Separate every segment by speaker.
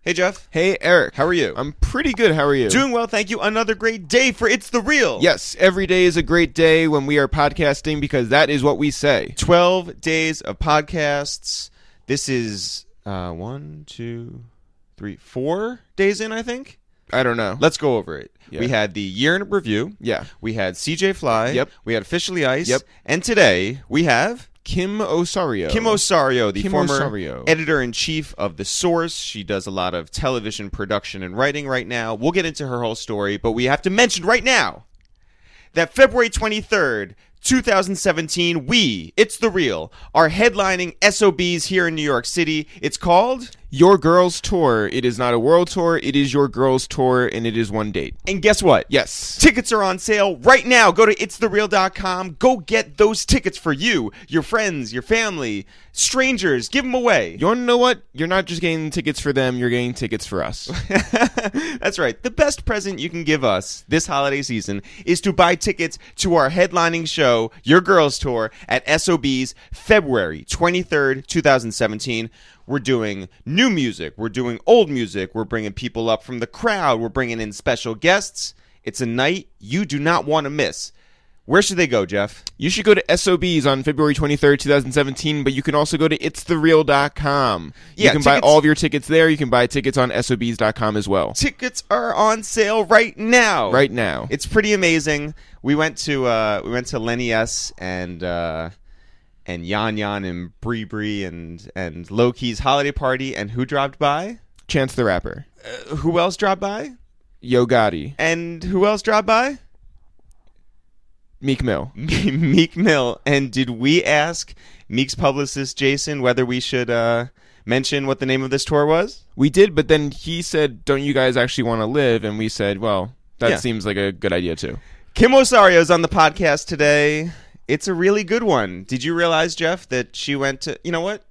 Speaker 1: Hey, Jeff.
Speaker 2: Hey, Eric.
Speaker 1: How are you?
Speaker 2: I'm pretty good. How are you?
Speaker 1: Doing well, thank you. Another great day for It's the Real.
Speaker 2: Yes, every day is a great day when we are podcasting because that is what we say.
Speaker 1: 12 days of podcasts. This is uh, one, two, three, four days in, I think.
Speaker 2: I don't know.
Speaker 1: Let's go over it.
Speaker 2: Yeah.
Speaker 1: We had the year in review.
Speaker 2: Yeah.
Speaker 1: We had CJ Fly.
Speaker 2: Yep.
Speaker 1: We had Officially Ice.
Speaker 2: Yep.
Speaker 1: And today we have
Speaker 2: Kim Osario.
Speaker 1: Kim Osario, the
Speaker 2: Kim
Speaker 1: former
Speaker 2: Osario.
Speaker 1: editor in chief of The Source. She does a lot of television production and writing right now. We'll get into her whole story, but we have to mention right now that February 23rd, 2017, we, It's the Real, are headlining SOBs here in New York City. It's called,
Speaker 2: Your girls tour. It is not a world tour. It is your girls tour, and it is one date.
Speaker 1: and guess what?
Speaker 2: Yes.
Speaker 1: Tickets are on sale right now. Go to itsthereal.com. Go get those tickets for you, your friends, your family, strangers. Give them away.
Speaker 2: You want to know what? You're not just getting tickets for them. You're getting tickets for us.
Speaker 1: That's right. The best present you can give us this holiday season is to buy tickets to our headlining show, Your Girls Tour, at SOB's February 23rd, 2017. We're doing new music, we're doing old music, we're bringing people up from the crowd, we're bringing in special guests. It's a night you do not want to miss. Where should they go, Jeff?
Speaker 2: You should go to SOBs on February 23rd, 2017, but you can also go to itsthereal.com. you
Speaker 1: Yeah,
Speaker 2: can buy
Speaker 1: tickets-
Speaker 2: all of your tickets there. You can buy tickets on SOBs.com as well.
Speaker 1: Tickets are on sale right now.
Speaker 2: right now.
Speaker 1: It's pretty amazing. We went to uh, we went to Lenny S and uh, and Yan Yan and Bree Bree and and Loki's holiday party. And who dropped by?
Speaker 2: Chance the Rapper.
Speaker 1: Uh, who else dropped by?
Speaker 2: Yo Gotti.
Speaker 1: And who else dropped by?
Speaker 2: Meek Mill.
Speaker 1: Meek Mill. And did we ask Meek's publicist Jason whether we should uh, mention what the name of this tour was?
Speaker 2: We did, but then he said, Don't you guys actually want to live? And we said, Well, that
Speaker 1: Yeah.
Speaker 2: seems like a good idea too.
Speaker 1: Kim Osario's on the podcast today. It's a really good one. Did you realize, Jeff, that she went to? You know what?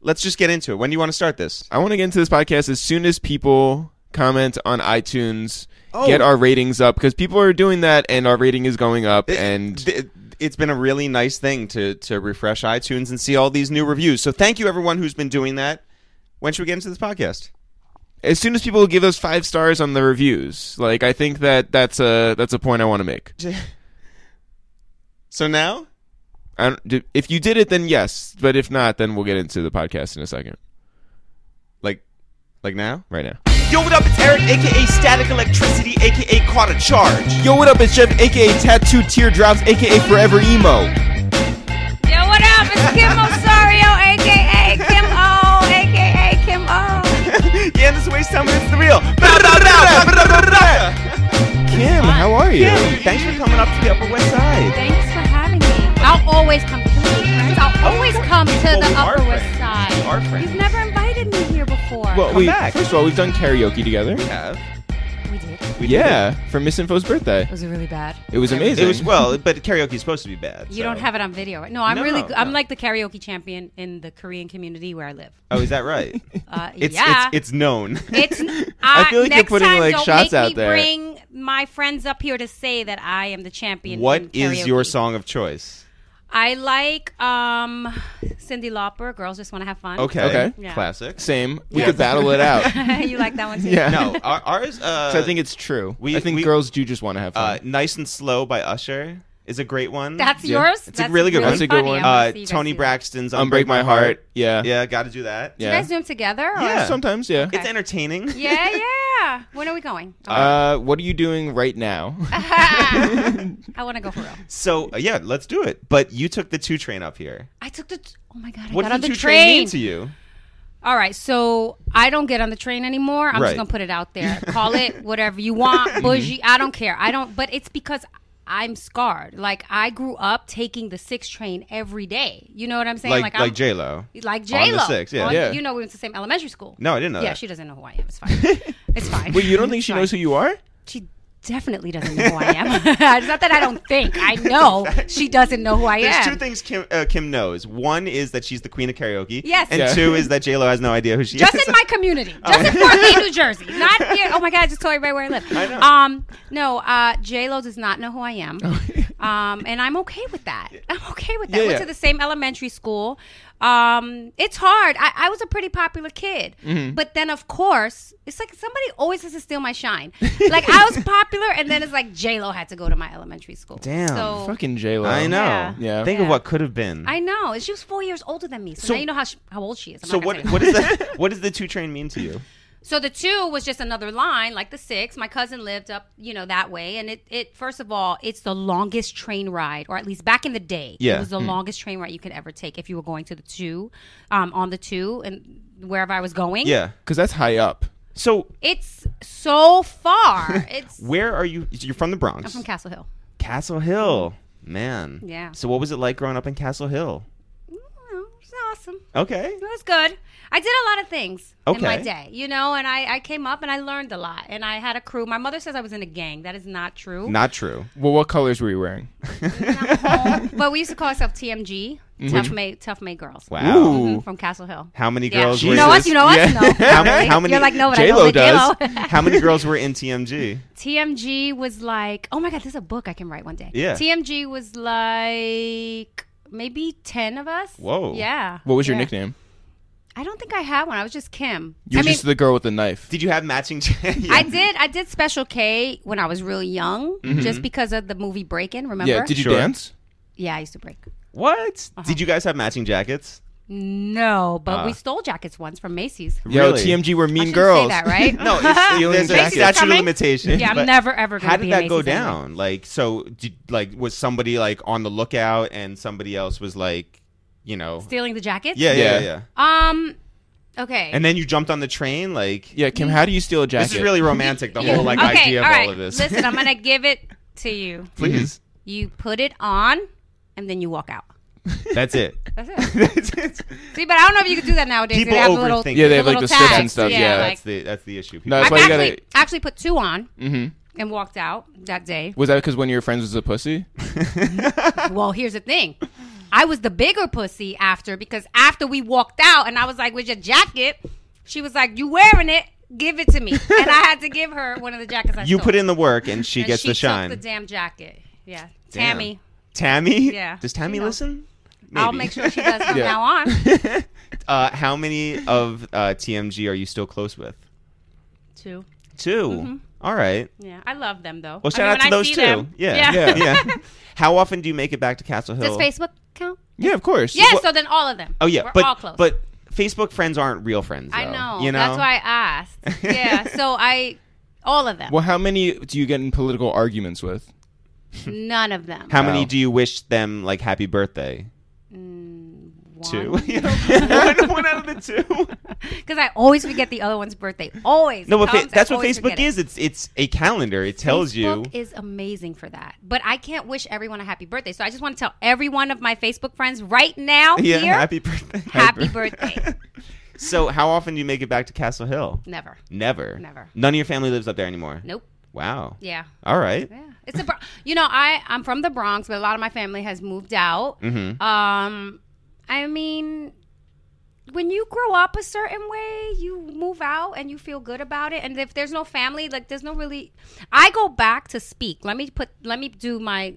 Speaker 1: Let's just get into it. When do you want to start this?
Speaker 2: I want to get into this podcast as soon as people comment on iTunes,
Speaker 1: Oh.
Speaker 2: get our ratings up, because people are doing that and our rating is going up. and
Speaker 1: th- it's been a really nice thing to to refresh iTunes and see all these new reviews. So thank you everyone who's been doing that. When should we get into this podcast?
Speaker 2: as soon as people give us five stars on the reviews, like I think that that's a that's a point I want to make.
Speaker 1: So now,
Speaker 2: I don't, do- if you did it, then yes, but if not, then we'll get into the podcast in a second.
Speaker 1: like, like now.
Speaker 2: Right now.
Speaker 1: Yo, what up? It's Eric, aka Static Electricity, aka Caught a Charge.
Speaker 2: Yo, what up? It's Jeff, aka Tattoo Teardrops, aka Forever Emo.
Speaker 3: Yo, what up? It's Kim Osorio, aka Kim O, aka Kim O.
Speaker 1: yeah, this waste time. It's the real. Kim,
Speaker 2: Kim, how are you?
Speaker 1: thanks for coming up to the Upper West Side.
Speaker 3: Thanks for having me. I'll always come to meet friends. I'll always come to
Speaker 1: Well, we
Speaker 3: the
Speaker 1: are
Speaker 3: Upper West
Speaker 1: friends.
Speaker 3: Side.
Speaker 1: We are friends.
Speaker 3: You've never invited me here before.
Speaker 2: Well,
Speaker 1: Come
Speaker 2: we
Speaker 1: back.
Speaker 2: first of all, we've done karaoke together.
Speaker 3: we did. It
Speaker 1: We did
Speaker 2: yeah, for Misinfo's birthday.
Speaker 3: was really bad.
Speaker 2: It was
Speaker 1: It
Speaker 2: amazing.
Speaker 1: was well, but karaoke's supposed to be bad.
Speaker 3: You
Speaker 1: so-
Speaker 3: don't have it on video, right? No, I'm
Speaker 1: No,
Speaker 3: really.
Speaker 1: no.
Speaker 3: good. I'm like the karaoke champion in the Korean community where I live.
Speaker 1: Oh, is that right?
Speaker 3: Uh,
Speaker 1: It's
Speaker 3: yeah.
Speaker 1: it's, it's known.
Speaker 3: It's. I,
Speaker 2: feel like you're
Speaker 3: next
Speaker 2: putting,
Speaker 3: time,
Speaker 2: like,
Speaker 3: don't
Speaker 2: shots
Speaker 3: make
Speaker 2: out
Speaker 3: me
Speaker 2: there.
Speaker 3: Bring my friends up here to say that I am the champion.
Speaker 1: What
Speaker 3: in
Speaker 1: is your
Speaker 3: karaoke.
Speaker 1: song of choice?
Speaker 3: I like um, Cindy Lauper. Girls just want to have fun.
Speaker 1: Okay.
Speaker 2: Okay.
Speaker 3: Yeah.
Speaker 1: Classic.
Speaker 2: Same. We
Speaker 3: Yeah.
Speaker 2: could battle it out.
Speaker 3: you like that one too?
Speaker 2: Yeah.
Speaker 1: No, our- ours. Uh,
Speaker 2: So I think it's true.
Speaker 1: we-
Speaker 2: I think
Speaker 1: we-
Speaker 2: girls do just want to have
Speaker 1: uh,
Speaker 2: fun.
Speaker 1: "Nice and Slow" by Usher is a great one.
Speaker 3: That's
Speaker 2: Yeah.
Speaker 3: yours.
Speaker 1: It's a really good one.
Speaker 2: That's a good
Speaker 3: funny.
Speaker 2: one.
Speaker 3: I wanna
Speaker 1: uh,
Speaker 3: see you guys
Speaker 1: Tony
Speaker 3: do that.
Speaker 1: Braxton's
Speaker 2: Unbreak My Heart. Yeah.
Speaker 1: Yeah, got to do that.
Speaker 3: You
Speaker 2: Yeah.
Speaker 3: guys do them together? Or?
Speaker 1: Yeah.
Speaker 2: Sometimes, yeah.
Speaker 1: It's entertaining.
Speaker 3: Yeah, yeah. When are we going? Oh,
Speaker 2: Uh, what are you doing right now?
Speaker 3: I want to go for real.
Speaker 1: So uh, yeah, let's do it. But you took the two train up here.
Speaker 3: I took the. T- oh my god! I
Speaker 1: What
Speaker 3: got
Speaker 1: did
Speaker 3: on the
Speaker 1: two
Speaker 3: train.
Speaker 1: mean to you?
Speaker 3: All right, so I don't get on the train anymore.
Speaker 1: Right.
Speaker 3: I'm
Speaker 1: Mm-hmm.
Speaker 3: just gonna put it out there. Call it whatever you want, bougie. I don't care. I don't. But it's because I'm scarred. Like I grew up taking the six train every day. You know what I'm saying?
Speaker 1: Like like,
Speaker 3: I'm-
Speaker 1: J Lo. On
Speaker 3: like
Speaker 1: the
Speaker 3: J Lo.
Speaker 1: six, yeah.
Speaker 2: Yeah.
Speaker 3: You know, we went to the same elementary school.
Speaker 1: No, I didn't know
Speaker 3: yeah,
Speaker 1: that.
Speaker 3: she doesn't know who I am. It's fine. it's fine.
Speaker 2: Wait, you don't think she
Speaker 3: It's
Speaker 2: knows who
Speaker 3: fine.
Speaker 2: you are?
Speaker 3: She definitely doesn't know who I am. it's not that I don't think. I know she doesn't know who I
Speaker 1: There's
Speaker 3: am.
Speaker 1: two things Kim, uh, Kim knows. One is that she's the queen of karaoke.
Speaker 3: Yes.
Speaker 1: And
Speaker 2: Yeah.
Speaker 1: two is that J Lo has no idea who she
Speaker 3: just
Speaker 1: is.
Speaker 3: in my community, just in Fort Lee, New Jersey, not here. Oh my God! I just told everybody where I live. I
Speaker 1: know.
Speaker 3: Um, no, uh, J Lo does not know who I am, um, and I'm okay with that. I'm okay with that.
Speaker 2: Yeah,
Speaker 3: Went
Speaker 2: yeah.
Speaker 3: to the same elementary school. Um, it's hard. I, I was a pretty popular kid, but then of course it's like somebody always has to steal my shine. Like I was popular, and then it's like J Lo had to go to my elementary school.
Speaker 1: Damn.
Speaker 3: so
Speaker 2: Fucking J Lo.
Speaker 1: I know.
Speaker 4: Yeah.
Speaker 2: Yeah.
Speaker 1: Think of
Speaker 3: Yeah.
Speaker 1: what could have been.
Speaker 3: I know. and She was four years older than me, so,
Speaker 1: So-
Speaker 3: now you know how sh how old she is. I'm
Speaker 1: so
Speaker 3: not gonna
Speaker 1: what? What
Speaker 3: say.
Speaker 1: is the what does the two train mean to you?
Speaker 3: So the two was just another line, like the six. My cousin lived up, you know, that way, and it, it first of all, it's the longest train ride, or at least back in the day,
Speaker 1: Yeah. Hmm.
Speaker 3: it was the longest train ride you could ever take if you were going to the two, um, on the two and wherever I was going.
Speaker 1: Yeah.
Speaker 2: Because that's high up.
Speaker 1: So
Speaker 3: it's so far. It's
Speaker 1: where are you? You're from the Bronx.
Speaker 3: I'm from Castle Hill.
Speaker 1: Castle Hill, man.
Speaker 3: Yeah.
Speaker 1: So what was it like growing up in Castle Hill?
Speaker 3: Mm, It's awesome.
Speaker 1: Okay.
Speaker 3: It was good. I did a lot of things in my
Speaker 1: Okay.
Speaker 3: day, you know, and I, I came up and I learned a lot, and I had a crew. My mother says I was in a gang. That is not true.
Speaker 1: Not true.
Speaker 2: Well, what colors were you wearing?
Speaker 3: but we used to call ourselves TMG, Tough May Tough May Girls.
Speaker 1: Mm-hmm. Wow.
Speaker 2: Ooh.
Speaker 3: Mhm, from Castle Hill.
Speaker 1: How many
Speaker 3: Yeah.
Speaker 1: girls
Speaker 3: You
Speaker 1: were?
Speaker 3: know us, you know us,
Speaker 2: Yeah.
Speaker 3: no.
Speaker 1: How, ma- how many?
Speaker 3: You're like, no, but
Speaker 2: J-Lo
Speaker 3: I know
Speaker 2: does.
Speaker 3: that J-Lo.
Speaker 1: how many girls were in TMG?
Speaker 3: TMG was like, oh my God, this is a book I can write one day.
Speaker 1: Yeah.
Speaker 3: TMG was like maybe 10 of us.
Speaker 1: Whoa.
Speaker 3: Yeah.
Speaker 2: What was your
Speaker 3: Yeah.
Speaker 2: nickname?
Speaker 3: I don't think I had one. I was just Kim.
Speaker 2: You
Speaker 3: I
Speaker 2: were
Speaker 3: mean,
Speaker 2: just the girl with the knife.
Speaker 1: Did you have matching? yeah.
Speaker 3: I did. I did Special K when I was really young,
Speaker 1: Mm-hmm.
Speaker 3: just because of the movie Breakin'. Remember?
Speaker 2: Yeah. Did you
Speaker 1: Sure.
Speaker 2: dance?
Speaker 3: Yeah, I used to break.
Speaker 1: What?
Speaker 3: Uh-huh.
Speaker 1: Did you guys have matching jackets?
Speaker 3: No, but
Speaker 1: Ah.
Speaker 3: we stole jackets once from Macy's.
Speaker 2: Yo,
Speaker 1: Really?
Speaker 2: TMG were
Speaker 3: I
Speaker 2: mean
Speaker 3: shouldn't
Speaker 2: girls.
Speaker 3: Say that, right?
Speaker 1: No, it's,
Speaker 2: Stealing
Speaker 1: there's a
Speaker 2: jackets.
Speaker 1: statute of
Speaker 3: Coming?
Speaker 1: limitations.
Speaker 3: Yeah, I'm
Speaker 1: but
Speaker 3: never ever gonna
Speaker 1: How
Speaker 3: be
Speaker 1: did
Speaker 3: a
Speaker 1: that go
Speaker 3: Macy's anyway.
Speaker 1: down? Like, so, did, like, was somebody like on the lookout, and somebody else was like, you know,
Speaker 3: Stealing the jackets?
Speaker 1: yeah, yeah, yeah,
Speaker 2: Yeah.
Speaker 1: yeah.
Speaker 3: Um. Okay.
Speaker 1: And then you jumped on the train, like,
Speaker 2: Yeah, Kim. How do you steal a jacket?
Speaker 1: this is really romantic. The
Speaker 3: You-
Speaker 1: whole like
Speaker 3: okay,
Speaker 1: idea of
Speaker 3: all
Speaker 1: all
Speaker 3: right.
Speaker 1: of this.
Speaker 3: Listen, I'm gonna give it to you.
Speaker 1: please.
Speaker 3: You put it on, and then you walk out.
Speaker 1: That's it.
Speaker 3: That's it.
Speaker 1: That's it.
Speaker 3: See, but I don't know if you could do that nowadays.
Speaker 1: People
Speaker 3: they have
Speaker 1: overthink
Speaker 3: little,
Speaker 1: it.
Speaker 2: Yeah, they have, like, the
Speaker 3: little
Speaker 2: strips and
Speaker 3: tags.
Speaker 2: stuff, yeah.
Speaker 3: like,
Speaker 1: That's the that's the issue.
Speaker 2: No,
Speaker 3: I
Speaker 2: That's why you
Speaker 3: actually,
Speaker 2: gotta-
Speaker 3: actually put two on
Speaker 2: Mhm.
Speaker 1: Mm-hmm.
Speaker 3: and walked out that day.
Speaker 2: Was that because one of your friends was a pussy?
Speaker 3: well, here's the thing. I was the bigger pussy after because after we walked out and I was like, with your jacket, she was like, you wearing it? Give it to me. And I had to give her one of the jackets I
Speaker 1: you
Speaker 3: stole.
Speaker 1: put in the work, and she
Speaker 3: And
Speaker 1: gets
Speaker 3: she
Speaker 1: the shine.
Speaker 3: took the damn jacket. Yeah.
Speaker 1: Damn.
Speaker 3: Tammy.
Speaker 1: Tammy.
Speaker 3: Yeah.
Speaker 1: Does Tammy
Speaker 3: She knows.
Speaker 1: listen?
Speaker 3: I'll
Speaker 1: Maybe.
Speaker 3: make sure she does from
Speaker 2: Yeah.
Speaker 3: now on.
Speaker 1: Uh, how many of uh, TMG are you still close with?
Speaker 3: Two.
Speaker 1: 2 All right.
Speaker 3: Yeah. I love them though.
Speaker 1: Well,
Speaker 3: Mm-hmm. I
Speaker 1: shout
Speaker 3: mean,
Speaker 1: out to
Speaker 3: when I
Speaker 1: those
Speaker 3: see
Speaker 1: two.
Speaker 3: them-
Speaker 1: Yeah.
Speaker 2: Yeah.
Speaker 1: yeah. How often do you make it back to Castle Hill?
Speaker 3: Does Facebook count?
Speaker 2: Yeah, of course.
Speaker 3: Yeah,
Speaker 2: What-
Speaker 3: so then all of them.
Speaker 1: Oh yeah,
Speaker 3: We're
Speaker 1: but
Speaker 3: all close.
Speaker 1: but Facebook friends aren't real friends.
Speaker 3: I
Speaker 1: though.
Speaker 3: know.
Speaker 1: You know.
Speaker 3: That's why I asked. Yeah. so I all of them.
Speaker 2: well, how many do you get in political arguments with?
Speaker 3: None of them.
Speaker 1: How many
Speaker 2: Wow.
Speaker 1: do you wish them like happy birthday? Two.
Speaker 3: Mm, One.
Speaker 1: You know, one, one out of the two.
Speaker 3: Because I always forget the other one's birthday. Always.
Speaker 1: No, but
Speaker 3: It
Speaker 1: fa-
Speaker 3: comes, I
Speaker 1: that's what
Speaker 3: always
Speaker 1: Facebook
Speaker 3: forget it.
Speaker 1: is. It's it's a calendar. It tells you.
Speaker 3: Facebook is amazing for that. But I can't wish everyone a happy birthday. So I just want to tell every one of my Facebook friends right now
Speaker 1: yeah,
Speaker 3: here, happy,
Speaker 1: happy birthday.
Speaker 3: birthday.
Speaker 1: So, how often do you make it back to Castle Hill?
Speaker 3: Never.
Speaker 1: Never.
Speaker 3: Never.
Speaker 1: None of your family lives up there anymore.
Speaker 3: Nope.
Speaker 1: Wow.
Speaker 3: Yeah.
Speaker 1: All right.
Speaker 3: Yeah. It's a Bro- you know, I I'm from the Bronx, but a lot of my family has moved out.
Speaker 1: Mhm.
Speaker 2: Mm-hmm.
Speaker 3: Um I mean when you grow up a certain way, you move out and you feel good about it. And if there's no family, like there's no really I go back to speak. Let me put let me do my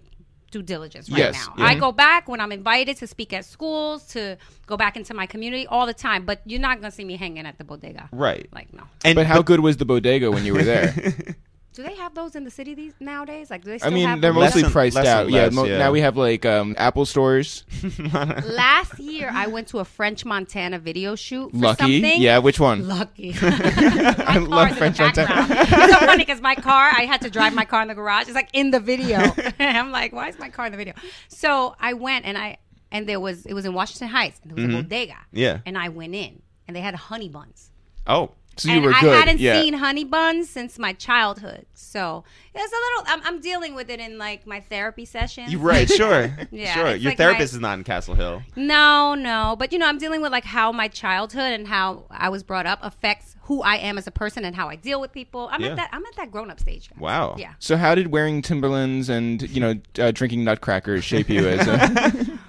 Speaker 3: due diligence right
Speaker 2: Yes,
Speaker 3: now.
Speaker 2: yeah.
Speaker 3: I go back when I'm invited to speak at schools, to go back into my community all the time, but you're not going to see me hanging at the bodega.
Speaker 1: Right.
Speaker 3: Like no.
Speaker 1: And
Speaker 2: But how good was the bodega when you were there?
Speaker 3: Do they have those in the city these nowadays? Like do they
Speaker 2: I
Speaker 3: still
Speaker 2: mean,
Speaker 3: have
Speaker 2: they're
Speaker 3: those?
Speaker 2: mostly
Speaker 1: Less and-
Speaker 2: priced
Speaker 1: less
Speaker 2: out.
Speaker 1: and
Speaker 2: yeah,
Speaker 1: less,
Speaker 2: mo-
Speaker 1: yeah.
Speaker 2: Now we have like um, Apple stores.
Speaker 3: Last year, I went to a French Montana video shoot. For
Speaker 2: Lucky.
Speaker 3: something.
Speaker 2: Yeah, which one?
Speaker 3: Lucky. I
Speaker 2: love French Montana.
Speaker 3: It's so funny because my car, I had to drive my car in the garage. It's like in the video. I'm like, why is my car in the video? So I went and I and there was it was in Washington Heights and there was
Speaker 2: Mm-hmm.
Speaker 3: a bodega.
Speaker 1: Yeah.
Speaker 3: And I went in and they had honey buns.
Speaker 1: Oh.
Speaker 2: So you
Speaker 3: and
Speaker 2: were
Speaker 3: I
Speaker 2: good.
Speaker 3: hadn't
Speaker 2: yeah.
Speaker 3: seen honey buns since my childhood. So it's a little. I'm, I'm dealing with it in like my therapy sessions.
Speaker 1: You're right. Sure.
Speaker 3: Yeah,
Speaker 1: sure.
Speaker 3: it's
Speaker 1: Your
Speaker 3: like
Speaker 1: therapist
Speaker 3: my-
Speaker 1: is not in Castle Hill.
Speaker 3: No, no. But you know, I'm dealing with like how my childhood and how I was brought up affects who I am as a person and how I deal with people. I'm
Speaker 1: Yeah.
Speaker 3: at that I'm at that grown up stage. guys.
Speaker 1: Wow.
Speaker 3: Yeah.
Speaker 2: So how did wearing Timberlands and you know uh, drinking Nutcrackers shape you as a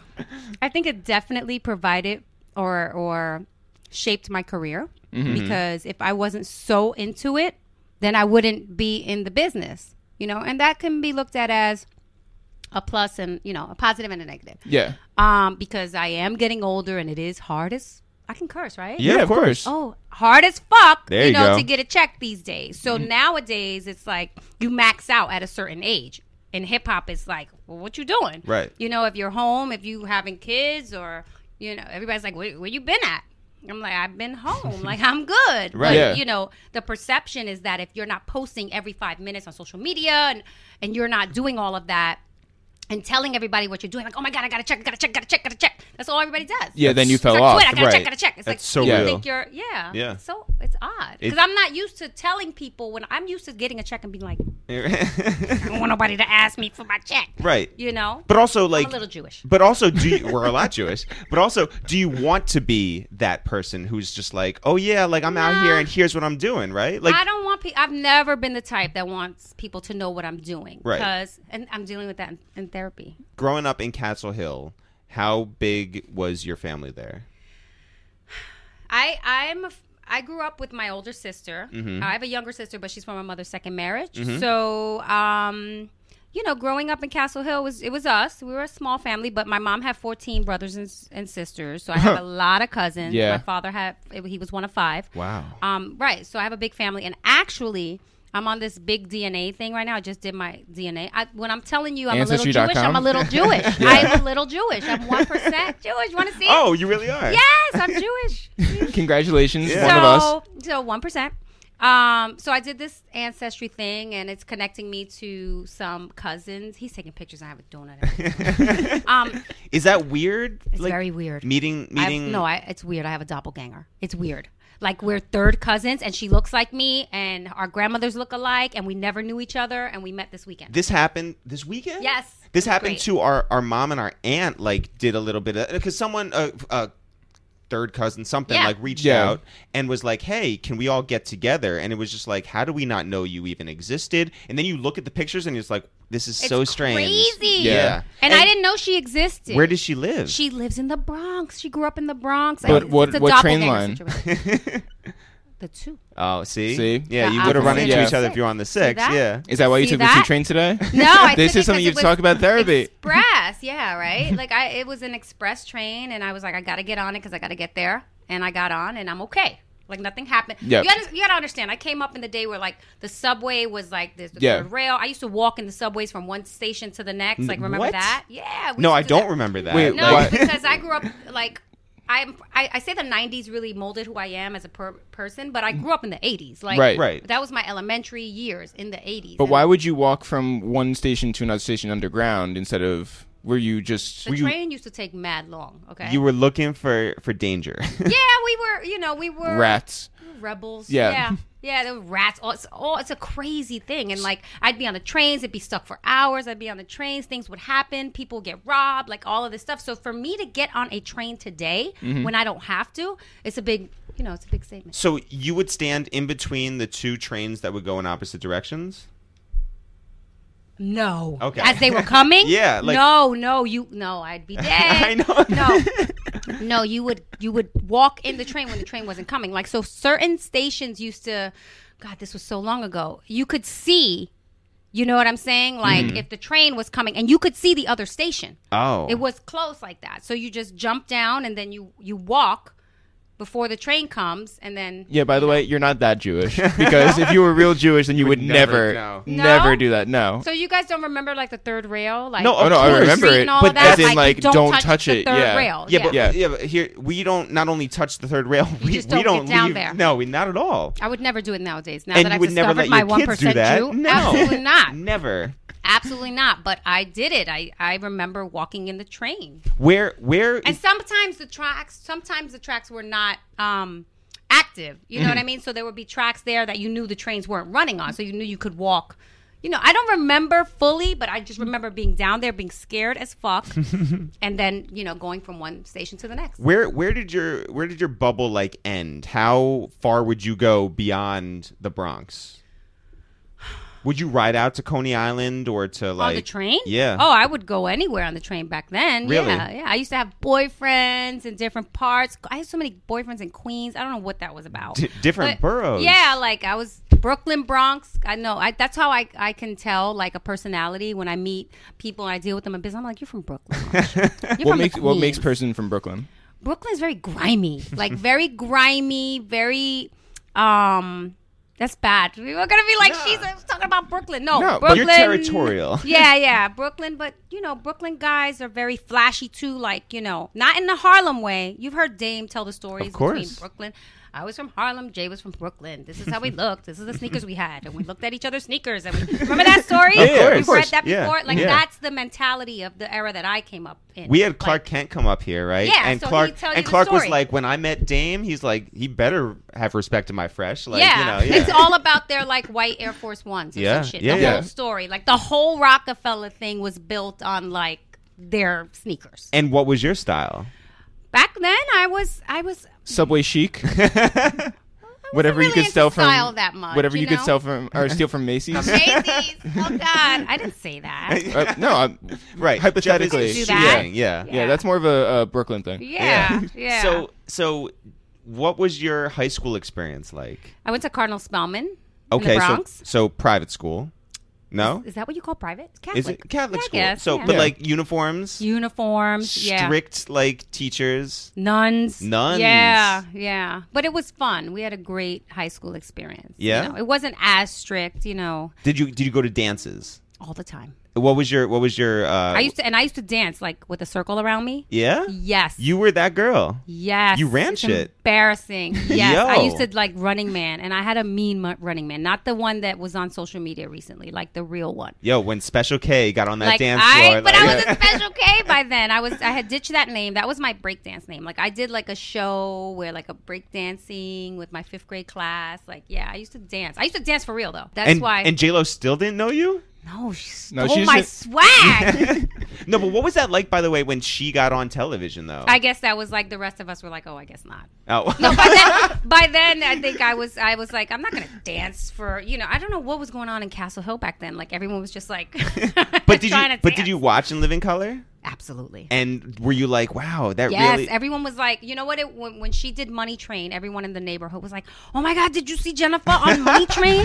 Speaker 3: I think it definitely provided or or shaped my career
Speaker 1: Mm-hmm.
Speaker 3: because if I wasn't so into it, then I wouldn't be in the business. You know, and that can be looked at as a plus and you know a positive and a negative.
Speaker 2: Yeah.
Speaker 3: Um, because I am getting older and it is hard as I can curse, right?
Speaker 1: Yeah, of course.
Speaker 3: Oh, hard as fuck,
Speaker 1: There
Speaker 3: you,
Speaker 1: you
Speaker 3: know,
Speaker 1: go. Mm-hmm.
Speaker 3: to get a check these days. So nowadays, it's like you max out at a certain age. In hip hop, it's like, well, what you doing?
Speaker 1: Right.
Speaker 3: You know, if you're home, if you having kids, or you know, everybody's like, where, where you been at? I'm like, I've been home. like, I'm
Speaker 1: Right.
Speaker 3: good. But,
Speaker 2: Yeah.
Speaker 3: You know, the perception is that if you're not posting every five minutes on social media and and you're not doing all of that. And telling everybody what you're doing, like, oh my god, I gotta check, I gotta check, gotta check, gotta check. That's all everybody does.
Speaker 2: Yeah, then you
Speaker 3: It's
Speaker 2: fell
Speaker 3: like,
Speaker 2: off.
Speaker 3: Quit, I gotta
Speaker 1: Right.
Speaker 3: check, gotta check. It's like
Speaker 1: That's so
Speaker 3: you
Speaker 1: real.
Speaker 3: think you're, yeah,
Speaker 1: Yeah.
Speaker 3: So it's odd
Speaker 1: It-
Speaker 3: because I'm not used to telling people when I'm used to getting a check and being like, I
Speaker 1: right.
Speaker 3: don't want nobody to ask me for my check, you know.
Speaker 1: But also,
Speaker 3: I'm
Speaker 1: like,
Speaker 3: a little Jewish.
Speaker 1: But also, do you, we're a lot Jewish. But also, do you want to be that person who's just like, oh yeah, like I'm out
Speaker 3: Nah.
Speaker 1: here and here's what I'm doing, right? Like,
Speaker 3: I don't want. Pe- I've never been the type that wants people to know what I'm doing,
Speaker 1: Right.
Speaker 3: Because and I'm dealing with that in, in therapy.
Speaker 1: growing up in Castle Hill, how big was your family there?
Speaker 3: I I'm a f- I grew up with my older sister.
Speaker 1: Mm-hmm.
Speaker 3: I have a younger sister, but she's from my mother's second marriage. So, um, you know, growing up in Castle Hill was it was us. We were a small family, but my mom had 14 brothers and, s- and sisters. So I have a lot of cousins.
Speaker 2: Yeah.
Speaker 3: My father had he was one of five.
Speaker 1: Wow.
Speaker 3: Um, right. So I have a big family, and actually. I'm on this big DNA thing right now. I just did my DNA. I, when I'm telling you I'm a little
Speaker 2: Ancestry.com?
Speaker 3: Jewish, I'm a little Jewish. I'm a little Jewish. I'm 1% Jewish. Want to see it?
Speaker 1: Oh, you really are.
Speaker 3: Yes, I'm Jewish
Speaker 2: Congratulations,
Speaker 1: Yeah.
Speaker 2: one of us.
Speaker 3: so one percent. Um, so I did this ancestry thing, and it's connecting me to some cousins. He's taking pictures. And I have a donut.
Speaker 1: Yeah.
Speaker 3: Um,
Speaker 1: Is that weird?
Speaker 3: it's very weird.
Speaker 1: Meeting,
Speaker 3: I've-
Speaker 1: meeting.
Speaker 3: no, I, it's weird. I have a doppelganger. It's weird. Like we're third cousins, and she looks like me, and our grandmothers look alike, and we never knew each other, and we met this weekend.
Speaker 1: this happened this weekend.
Speaker 3: Yes,
Speaker 1: This
Speaker 3: it was
Speaker 1: happened
Speaker 3: great.
Speaker 1: to our our mom and our aunt. Like, did a little bit of because someone a uh, uh, third cousin something
Speaker 3: Yeah.
Speaker 1: like reached
Speaker 2: Yeah.
Speaker 1: out and was like, "Hey, can we all get together?" And it was just like, "How do we not know you even existed?" And then you look at the pictures and it's like, "This is
Speaker 3: It's
Speaker 1: so strange."
Speaker 3: Crazy.
Speaker 1: Yeah.
Speaker 3: And,
Speaker 1: And
Speaker 3: I didn't know she existed.
Speaker 1: Where does she live?
Speaker 3: she lives in the Bronx? She grew up in the Bronx.
Speaker 2: But
Speaker 3: I-
Speaker 2: what-
Speaker 3: it's a
Speaker 2: what train
Speaker 3: doppelganger
Speaker 2: line?
Speaker 3: situation. The two.
Speaker 1: oh, see,
Speaker 2: See?
Speaker 1: yeah,
Speaker 3: The
Speaker 1: you would have run
Speaker 3: opposite
Speaker 1: into
Speaker 2: of
Speaker 1: each other if
Speaker 3: six.
Speaker 1: you were on the
Speaker 3: See
Speaker 1: six.
Speaker 3: that?
Speaker 1: Yeah,
Speaker 2: Is that why you
Speaker 3: See
Speaker 2: took the two
Speaker 3: that?
Speaker 2: train today?
Speaker 3: No, I
Speaker 2: this
Speaker 3: took
Speaker 2: is
Speaker 3: it
Speaker 2: something
Speaker 3: 'cause
Speaker 2: you have to
Speaker 3: it was
Speaker 2: talk about therapy.
Speaker 3: Express, yeah, right. like I, it was an express train, and I was like, I gotta get on it because I gotta get there, and I got on, and I'm okay. Like nothing happened.
Speaker 2: Yep.
Speaker 3: You, gotta, you gotta understand. I came up in the day where like the subway was like this the
Speaker 2: Yeah.
Speaker 3: third rail. I used to walk in the subways from one station to the next. Like remember
Speaker 1: what?
Speaker 3: that? Yeah. we
Speaker 1: no,
Speaker 3: used
Speaker 1: I
Speaker 3: to do
Speaker 1: don't
Speaker 3: that.
Speaker 1: remember that.
Speaker 2: Wait,
Speaker 3: No,
Speaker 2: Like-
Speaker 3: because I grew up like I'm. I, I say the '90s really molded who I am as a per- person, but I grew up in the '80s. Like
Speaker 2: Right.
Speaker 1: Right.
Speaker 3: That was my elementary years in the '80s.
Speaker 2: But
Speaker 3: And
Speaker 2: why would you walk from one station to another station underground instead of were you just
Speaker 3: the
Speaker 2: were you-
Speaker 3: train used to take mad long? Okay.
Speaker 1: you were looking for for danger.
Speaker 3: yeah, we were. You know, we were
Speaker 2: rats?
Speaker 3: rebels.
Speaker 2: Yeah.
Speaker 3: yeah, yeah. There were rats. Oh, it's, oh, it's a crazy thing. And like, I'd be on the trains. It'd be stuck for hours. I'd be on the trains. Things would happen. People get robbed. Like all of this stuff. So for me to get on a train today
Speaker 2: Mm-hmm.
Speaker 3: when I don't have to, it's a big. You know, it's a big statement.
Speaker 1: So you would stand in between the two trains that would go in opposite directions?
Speaker 3: No.
Speaker 1: Okay.
Speaker 3: As they were coming.
Speaker 1: Yeah, like-
Speaker 3: no, no, you. No, I'd be dead.
Speaker 1: I know.
Speaker 3: No. no you would you would walk in the train when the train wasn't coming like so certain stations used to god this was so long ago you could see you know what i'm saying like if the train was coming and you could see the other station
Speaker 1: Mm-hmm. Oh.
Speaker 3: it was close like that so you just jump down and then you you walk before the train comes and then
Speaker 2: Yeah, by the way, you're not that Jewish because if you were real Jewish, then you would,
Speaker 1: never
Speaker 2: never,
Speaker 1: know.
Speaker 2: never,
Speaker 3: No?
Speaker 2: do that. No.
Speaker 3: so you guys don't remember like the third rail like
Speaker 1: No,
Speaker 2: oh no, I
Speaker 1: course.
Speaker 2: remember
Speaker 3: Seat
Speaker 2: it,
Speaker 3: and all
Speaker 2: but
Speaker 3: of that,
Speaker 2: as in
Speaker 3: like,
Speaker 2: like,
Speaker 3: you
Speaker 2: don't,
Speaker 3: don't touch
Speaker 2: touch
Speaker 3: the
Speaker 2: it.
Speaker 3: third
Speaker 2: yeah.
Speaker 3: rail.
Speaker 1: yeah, but
Speaker 2: Yeah.
Speaker 1: yeah, but here we don't not only touch the third rail, we
Speaker 3: just
Speaker 1: we
Speaker 3: don't
Speaker 1: don't
Speaker 3: get down
Speaker 1: leave.
Speaker 3: there.
Speaker 1: No, we not at all.
Speaker 3: I would never do it nowadays. Now
Speaker 1: and
Speaker 3: that
Speaker 1: you
Speaker 3: I've
Speaker 1: would never let
Speaker 3: discovered my
Speaker 1: your
Speaker 3: one
Speaker 1: kids do
Speaker 3: percent
Speaker 1: that.
Speaker 3: Jew,
Speaker 1: No.
Speaker 3: absolutely not.
Speaker 1: Never.
Speaker 3: Absolutely not. But I did it. I, I remember walking in the train.
Speaker 1: Where where
Speaker 3: And sometimes the tracks, sometimes the tracks were not um, active. You know what I mean? So there would be tracks there that you knew the trains weren't running on. So you knew you could walk. You know, I don't remember fully, but I just remember being down there, being scared as fuck, and then you know going from one station to the next.
Speaker 1: where where did your where did your bubble like end? How far would you go beyond the Bronx? Would you ride out to Coney Island or to like
Speaker 3: on the train?
Speaker 1: Yeah.
Speaker 3: Oh, I would go anywhere on the train back then.
Speaker 1: Really?
Speaker 3: Yeah, yeah. I used to have boyfriends in different parts. I had so many boyfriends in Queens. I don't know what that was about.
Speaker 1: D- different boroughs.
Speaker 3: Yeah, like I was Brooklyn, Bronx. I know. I, that's how I, I can tell like a personality when I meet people and I deal with them in business. I'm like, you're from Brooklyn. aren't you? You're
Speaker 2: What
Speaker 3: from the
Speaker 2: makes what makes
Speaker 3: Queens."
Speaker 2: person from Brooklyn?
Speaker 3: Brooklyn is very grimy, like very grimy, very. um That's bad. We were gonna be like she's uh, talking about Brooklyn. No,
Speaker 2: No, but
Speaker 3: Brooklyn.
Speaker 1: you're territorial.
Speaker 3: yeah, yeah, Brooklyn. But you know, Brooklyn guys are very flashy too. Like you know, not in the Harlem way. You've heard Dame tell the stories
Speaker 1: Of course.
Speaker 3: between Brooklyn. I was from Harlem. Jay was from Brooklyn. This is how we looked. This is the sneakers we had, and we looked at each other's sneakers. And we, remember that story?
Speaker 1: Of course.
Speaker 3: We've read that
Speaker 1: Yeah,
Speaker 3: before. Like
Speaker 1: yeah.
Speaker 3: that's the mentality of the era that I came up in.
Speaker 1: We had
Speaker 3: Like,
Speaker 1: Clark Kent come up here, right?
Speaker 3: Yeah,
Speaker 1: and
Speaker 3: so he'd
Speaker 1: Clark
Speaker 3: tell you
Speaker 1: and
Speaker 3: the
Speaker 1: Clark was
Speaker 3: story.
Speaker 1: like, when I met Dame, he's like, he better have respect to my fresh. Like,
Speaker 3: yeah.
Speaker 1: you know, yeah.
Speaker 3: it's all about their like white Air Force Ones and
Speaker 1: Yeah,
Speaker 3: some shit.
Speaker 1: yeah,
Speaker 3: the
Speaker 1: yeah.
Speaker 3: whole story, like the whole Rockefeller thing, was built on like their sneakers.
Speaker 1: and what was your style?
Speaker 3: Back then, I was I was
Speaker 2: Subway chic, whatever you
Speaker 3: really
Speaker 2: could sell
Speaker 3: into
Speaker 2: from
Speaker 3: style that much,
Speaker 2: whatever
Speaker 3: you
Speaker 2: you, could
Speaker 3: know?
Speaker 2: sell from or steal from Macy's.
Speaker 3: Macy's. oh God, I didn't say that.
Speaker 2: Uh, no, I'm,
Speaker 1: right.
Speaker 2: hypothetically.
Speaker 1: Jeff is
Speaker 3: Do that.
Speaker 1: cheating, Yeah.
Speaker 2: yeah, that's more of a, a Brooklyn thing.
Speaker 3: Yeah, yeah.
Speaker 1: So, so what was your high school experience like?
Speaker 3: I went to Cardinal Spellman. in
Speaker 1: Okay,
Speaker 3: the
Speaker 1: so
Speaker 3: Bronx.
Speaker 1: so private school. No,
Speaker 3: Is that what you call private? Catholic.
Speaker 1: is it Catholic
Speaker 3: I
Speaker 1: school?
Speaker 3: guess,
Speaker 1: so,
Speaker 3: yeah.
Speaker 1: but
Speaker 2: Yeah.
Speaker 1: like uniforms,
Speaker 3: Uniforms. Yeah.
Speaker 1: strict like teachers.
Speaker 3: Nuns.
Speaker 1: Nuns.
Speaker 3: Yeah, yeah. But it was fun. We had a great high school experience. you
Speaker 1: Yeah?
Speaker 3: know. It wasn't as strict, you know,
Speaker 1: Did you did you go to dances?
Speaker 3: all the time.
Speaker 1: What was your what was your? Uh,
Speaker 3: I used to, and I used to dance like with a circle around me.
Speaker 1: yeah,
Speaker 3: Yes.
Speaker 1: you were that girl.
Speaker 3: Yes.
Speaker 1: You ran
Speaker 3: It's
Speaker 1: shit.
Speaker 3: Embarrassing. Yes. I
Speaker 1: Yo.
Speaker 3: used to like Running Man, and I had a mean mu- Running Man, not the one that was on social media recently, like the real one.
Speaker 1: Yo, when Special K got on that
Speaker 3: Like
Speaker 1: dance
Speaker 3: I,
Speaker 1: floor,
Speaker 3: but
Speaker 1: like,
Speaker 3: I was a special K by then. I was I had ditched that name. That was my breakdance name. Like I did like a show where like a breakdancing with my fifth grade class. Like yeah, I used to dance. I used to dance for real though. That's
Speaker 1: and
Speaker 3: why.
Speaker 1: and J Lo still didn't know you.
Speaker 3: no, she stole
Speaker 2: No, she
Speaker 3: my
Speaker 2: used
Speaker 3: swag.
Speaker 1: no, but what was that like, by the way, when she got on television though?
Speaker 3: I guess that was like the rest of us were like, oh, I guess not.
Speaker 1: oh.
Speaker 3: No, by then, by then, I think I was, I was like, I'm not gonna dance for, you know, I don't know what was going on in Castle Hill back then. Like everyone was just like,
Speaker 1: but did
Speaker 3: trying
Speaker 1: you
Speaker 3: to
Speaker 1: but did you
Speaker 3: dance.
Speaker 1: watch and live in color?
Speaker 3: Absolutely.
Speaker 1: And were you like, wow, that
Speaker 3: Yes,
Speaker 1: really?
Speaker 3: everyone was like, you know what? It, when, when she did Money Train, everyone in the neighborhood was like, "Oh my God, did you see Jennifer on Money Train?"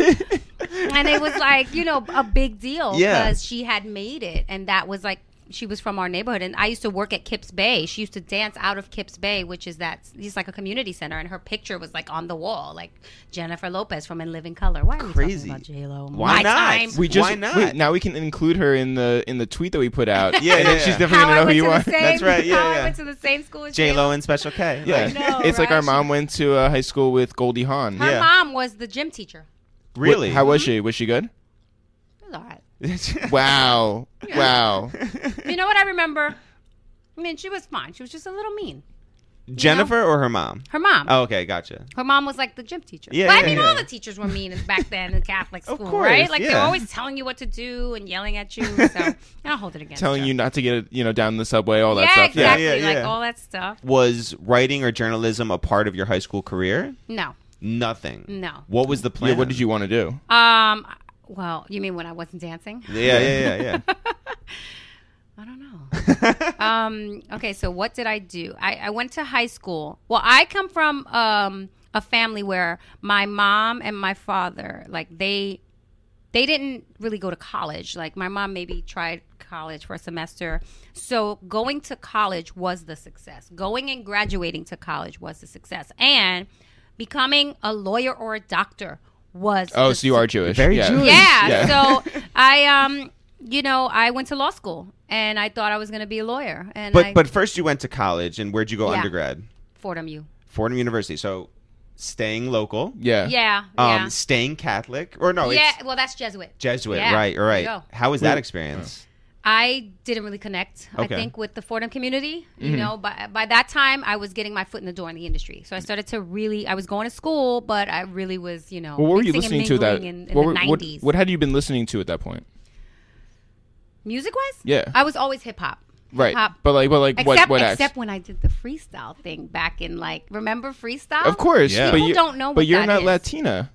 Speaker 3: and it was like, you know, a big deal because
Speaker 1: Yeah.
Speaker 3: she had made it, and that was like she was from our neighborhood. And I used to work at Kips Bay. She used to dance out of Kips Bay, which is that it's like a community center, and her picture was like on the wall, like Jennifer Lopez from In Living Color. Why are we
Speaker 1: Crazy.
Speaker 3: talking about J Lo?
Speaker 1: Why not?
Speaker 2: We just
Speaker 1: Why not?
Speaker 2: we- now we can include her in the in the tweet that we put out.
Speaker 1: Yeah,
Speaker 2: and
Speaker 1: yeah,
Speaker 2: then she's
Speaker 1: yeah.
Speaker 2: definitely
Speaker 3: How
Speaker 2: gonna
Speaker 3: I
Speaker 2: know who
Speaker 3: went to
Speaker 2: you
Speaker 3: the
Speaker 2: are.
Speaker 3: same.
Speaker 1: That's right, yeah,
Speaker 3: how
Speaker 1: yeah.
Speaker 3: I went to the same school as
Speaker 1: J Lo and Special K.
Speaker 2: Yeah,
Speaker 1: like,
Speaker 3: know,
Speaker 2: it's like
Speaker 3: right?
Speaker 2: our mom went to uh, high school with Goldie Hawn.
Speaker 3: Her
Speaker 1: Yeah.
Speaker 3: mom was the gym teacher.
Speaker 1: really? Mm-hmm.
Speaker 2: Wh- How was she? Was she good?
Speaker 3: It was all right.
Speaker 2: Wow, wow.
Speaker 3: You know what I remember? I mean, she was fine. She was just a little mean.
Speaker 1: Jennifer or her mom?
Speaker 3: Her mom.
Speaker 1: Oh, okay, gotcha.
Speaker 3: Her mom was like the gym teacher.
Speaker 1: Yeah,
Speaker 3: but I
Speaker 1: yeah,
Speaker 3: mean,
Speaker 1: yeah.
Speaker 3: all the teachers were mean back then in Catholic school,
Speaker 1: Of course,
Speaker 3: right? Like they were
Speaker 1: yeah.
Speaker 3: always telling you what to do and yelling at you. So I don't hold it against
Speaker 2: Telling
Speaker 3: her.
Speaker 2: you not to get it, you know down the subway, all that
Speaker 3: yeah,
Speaker 2: stuff.
Speaker 3: exactly.
Speaker 1: Yeah, yeah,
Speaker 3: Like
Speaker 1: yeah.
Speaker 3: all that stuff.
Speaker 1: Was writing or journalism a part of your high school career?
Speaker 3: No,
Speaker 1: Nothing.
Speaker 3: no.
Speaker 1: What was the
Speaker 2: Yeah.
Speaker 1: plan?
Speaker 2: yeah. What did you want to do?
Speaker 3: Um. Well, you mean when I wasn't dancing?
Speaker 1: Yeah, yeah, yeah, yeah.
Speaker 3: I don't know. um, okay, so what did I do? I, I went to high school. Well, I come from um, a family where my mom and my father, like they, they didn't really go to college. Like my mom maybe tried college for a semester. So going to college was the success. Going and graduating to college was the success, and becoming a lawyer or a doctor was
Speaker 2: Oh,
Speaker 3: the
Speaker 2: so you are Jewish.
Speaker 1: Very
Speaker 2: yeah.
Speaker 1: Jewish.
Speaker 3: yeah,
Speaker 2: Yeah.
Speaker 3: So I um you know, I went to law school and I thought I was gonna be a lawyer and I
Speaker 1: but but first you went to college, and where'd you go
Speaker 3: Yeah.
Speaker 1: undergrad?
Speaker 3: Fordham U.
Speaker 1: Fordham University. So, staying local.
Speaker 2: Yeah.
Speaker 3: Yeah.
Speaker 1: Um,
Speaker 3: yeah.
Speaker 1: staying Catholic or no?
Speaker 3: yeah,
Speaker 1: It's
Speaker 3: well that's Jesuit.
Speaker 1: Jesuit.
Speaker 3: Yeah,
Speaker 1: Right. Right.
Speaker 3: there you go.
Speaker 1: How was that
Speaker 2: Wait.
Speaker 1: experience?
Speaker 3: I didn't really connect,
Speaker 1: Okay.
Speaker 3: I think, with the Fordham community. You
Speaker 2: Mm-hmm.
Speaker 3: know, by by that time I was getting my foot in the door in the industry. So I started to really I was going to school, but I really was, you know,
Speaker 2: Well, what were you
Speaker 3: mixing and
Speaker 2: listening to at that?
Speaker 3: mingling in, in
Speaker 2: what,
Speaker 3: the
Speaker 2: were- what,
Speaker 3: nineties.
Speaker 2: what had you been listening to at that point?
Speaker 3: Music wise?
Speaker 2: Yeah.
Speaker 3: I was always hip hop.
Speaker 2: Right.
Speaker 3: Hip hop.
Speaker 2: But like, but like,
Speaker 3: Except,
Speaker 2: what? What?
Speaker 3: except
Speaker 2: acts?
Speaker 3: when I did the freestyle thing back in like remember freestyle?
Speaker 2: Of course.
Speaker 1: Yeah.
Speaker 2: But
Speaker 3: People
Speaker 2: you
Speaker 3: don't know
Speaker 2: But
Speaker 3: what
Speaker 2: you're
Speaker 3: that
Speaker 2: not
Speaker 3: is.
Speaker 2: Latina.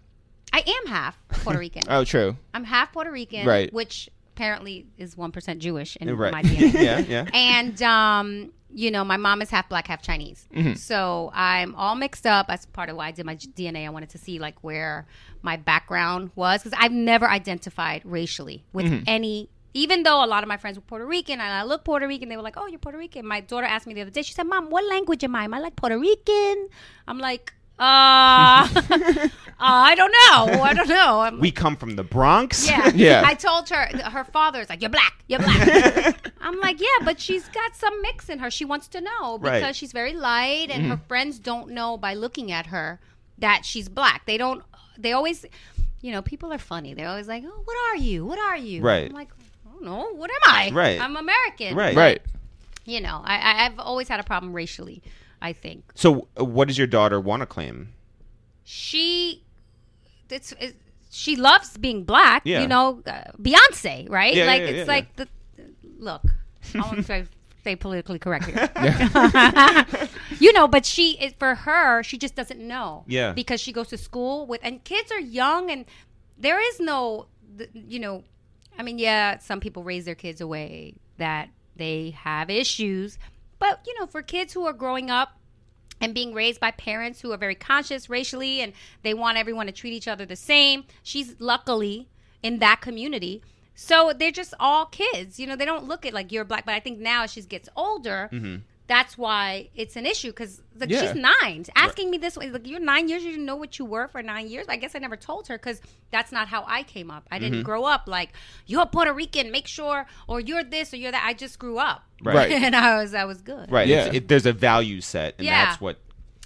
Speaker 3: I am half Puerto Rican.
Speaker 2: Oh, true.
Speaker 3: I'm half Puerto Rican,
Speaker 2: Right.
Speaker 3: which apparently is 1% Jewish in
Speaker 1: Right.
Speaker 3: Oh. my DNA.
Speaker 1: yeah. Yeah.
Speaker 3: And um, you know, my mom is half black, half Chinese. So I'm all mixed up. That's part of why I did my DNA. I wanted to see like where my background was because I've never identified racially with any. Even though a lot of my friends were Puerto Rican and I look Puerto Rican, they were like, "Oh, you're Puerto Rican." My daughter asked me the other day. She said, "Mom, what language am I? Am I like Puerto Rican?" I'm like, "Uh, I don't know. I don't know." I'm
Speaker 1: We come from the Bronx.
Speaker 3: yeah.
Speaker 2: Yeah.
Speaker 3: I told her her father's like, You're black, you're black. I'm like, Yeah, but she's got some mix in her. She wants to know because
Speaker 1: Right. Mm-hmm.
Speaker 3: she's very light and her friends don't know by looking at her that she's black. They don't they always you know, people are funny. They're always like, Oh, what are you? What are you?
Speaker 1: Right.
Speaker 3: I'm like, I don't know. What am I?
Speaker 1: Right.
Speaker 3: I'm American.
Speaker 1: Right.
Speaker 2: Right.
Speaker 3: You know, I, I, I've always had a problem racially, I think.
Speaker 1: So, uh, what does your daughter want to claim?
Speaker 3: she it's, it, she loves being black
Speaker 1: Yeah.
Speaker 3: you know uh, beyonce right
Speaker 1: Yeah, yeah,
Speaker 3: like
Speaker 1: yeah,
Speaker 3: it's
Speaker 1: yeah,
Speaker 3: like the look i want to stay politically correct here you know but she is for her she just doesn't know
Speaker 1: Yeah.
Speaker 3: because she goes to school with and kids are young and there is no th- you know i mean yeah some people raise their kids away that they have issues but you know for kids who are growing up and being raised by parents who are very conscious racially and they want everyone to treat each other the same. She's luckily in that community. So they're just all kids. You know, they don't look at like you're black, but I think now as she gets older, that's why it's an issue because like,
Speaker 2: Mm-hmm. Yeah.
Speaker 3: she's nine. Asking me this way, like, you're nine years, you didn't know what you were for nine years. I guess I never told her because that's not how I came up. I didn't
Speaker 2: Mm-hmm.
Speaker 3: grow up like, you're Puerto Rican, make sure, or you're this, or you're that. I just grew up.
Speaker 2: Right.
Speaker 3: and I was, I was good.
Speaker 1: Right.
Speaker 2: Yeah.
Speaker 1: It's- It, there's a value set, and
Speaker 3: Yeah.
Speaker 1: that's what.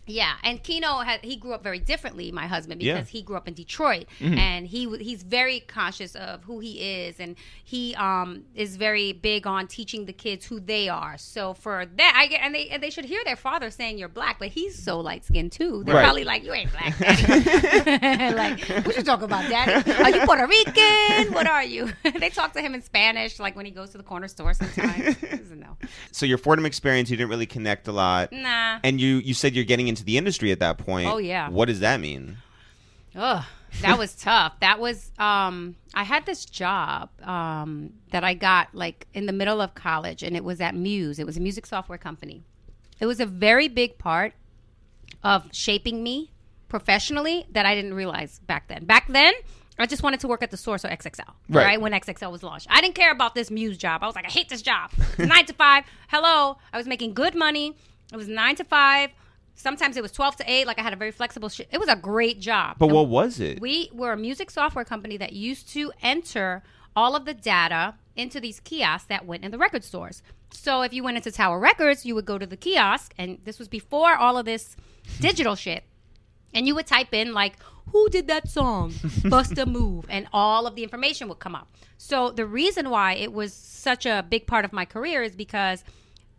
Speaker 3: Yeah, and Kino had, he grew up very differently. My husband
Speaker 1: Yeah. Mm-hmm.
Speaker 3: because he grew up in Detroit, and he w- he's very conscious of who he is, and he um is very big on teaching the kids who they are. So for that, I get and they and they should hear their father saying you're black, but he's so light skinned too. They're
Speaker 1: Right.
Speaker 3: probably like you ain't black, daddy. like what you talking about, daddy? Are you Puerto Rican? What are you? they talk to him in Spanish, like when he goes to the corner store sometimes. He doesn't know.
Speaker 1: So your Fordham experience, you didn't really connect a lot,
Speaker 3: Nah.
Speaker 1: and you you said you're getting into the industry at that point.
Speaker 3: Mm. Oh, yeah.
Speaker 1: What does that mean?
Speaker 3: Ugh, that was tough. That was um I had this job um that I got like in the middle of college and it was at Muse. It was a music software company. It was a very big part of shaping me professionally that I didn't realize back then. Back then, I just wanted to work at the source or XXL,
Speaker 2: Right.
Speaker 3: right? When XXL was launched, I didn't care about this Muse job. I was like, I hate this job. nine to five. Hello, I was making good money. It was nine to five. Sometimes it was twelve to eight. Like I had a very flexible. Sh- it was a great job.
Speaker 1: But what was it?
Speaker 3: We were a music software company that used to enter all of the data into these kiosks that went in the record stores. So if you went into Tower Records, you would go to the kiosk, and this was before all of this digital shit. And you would type in like, "Who did that song? Bust a move," and all of the information would come up. So the reason why it was such a big part of my career is because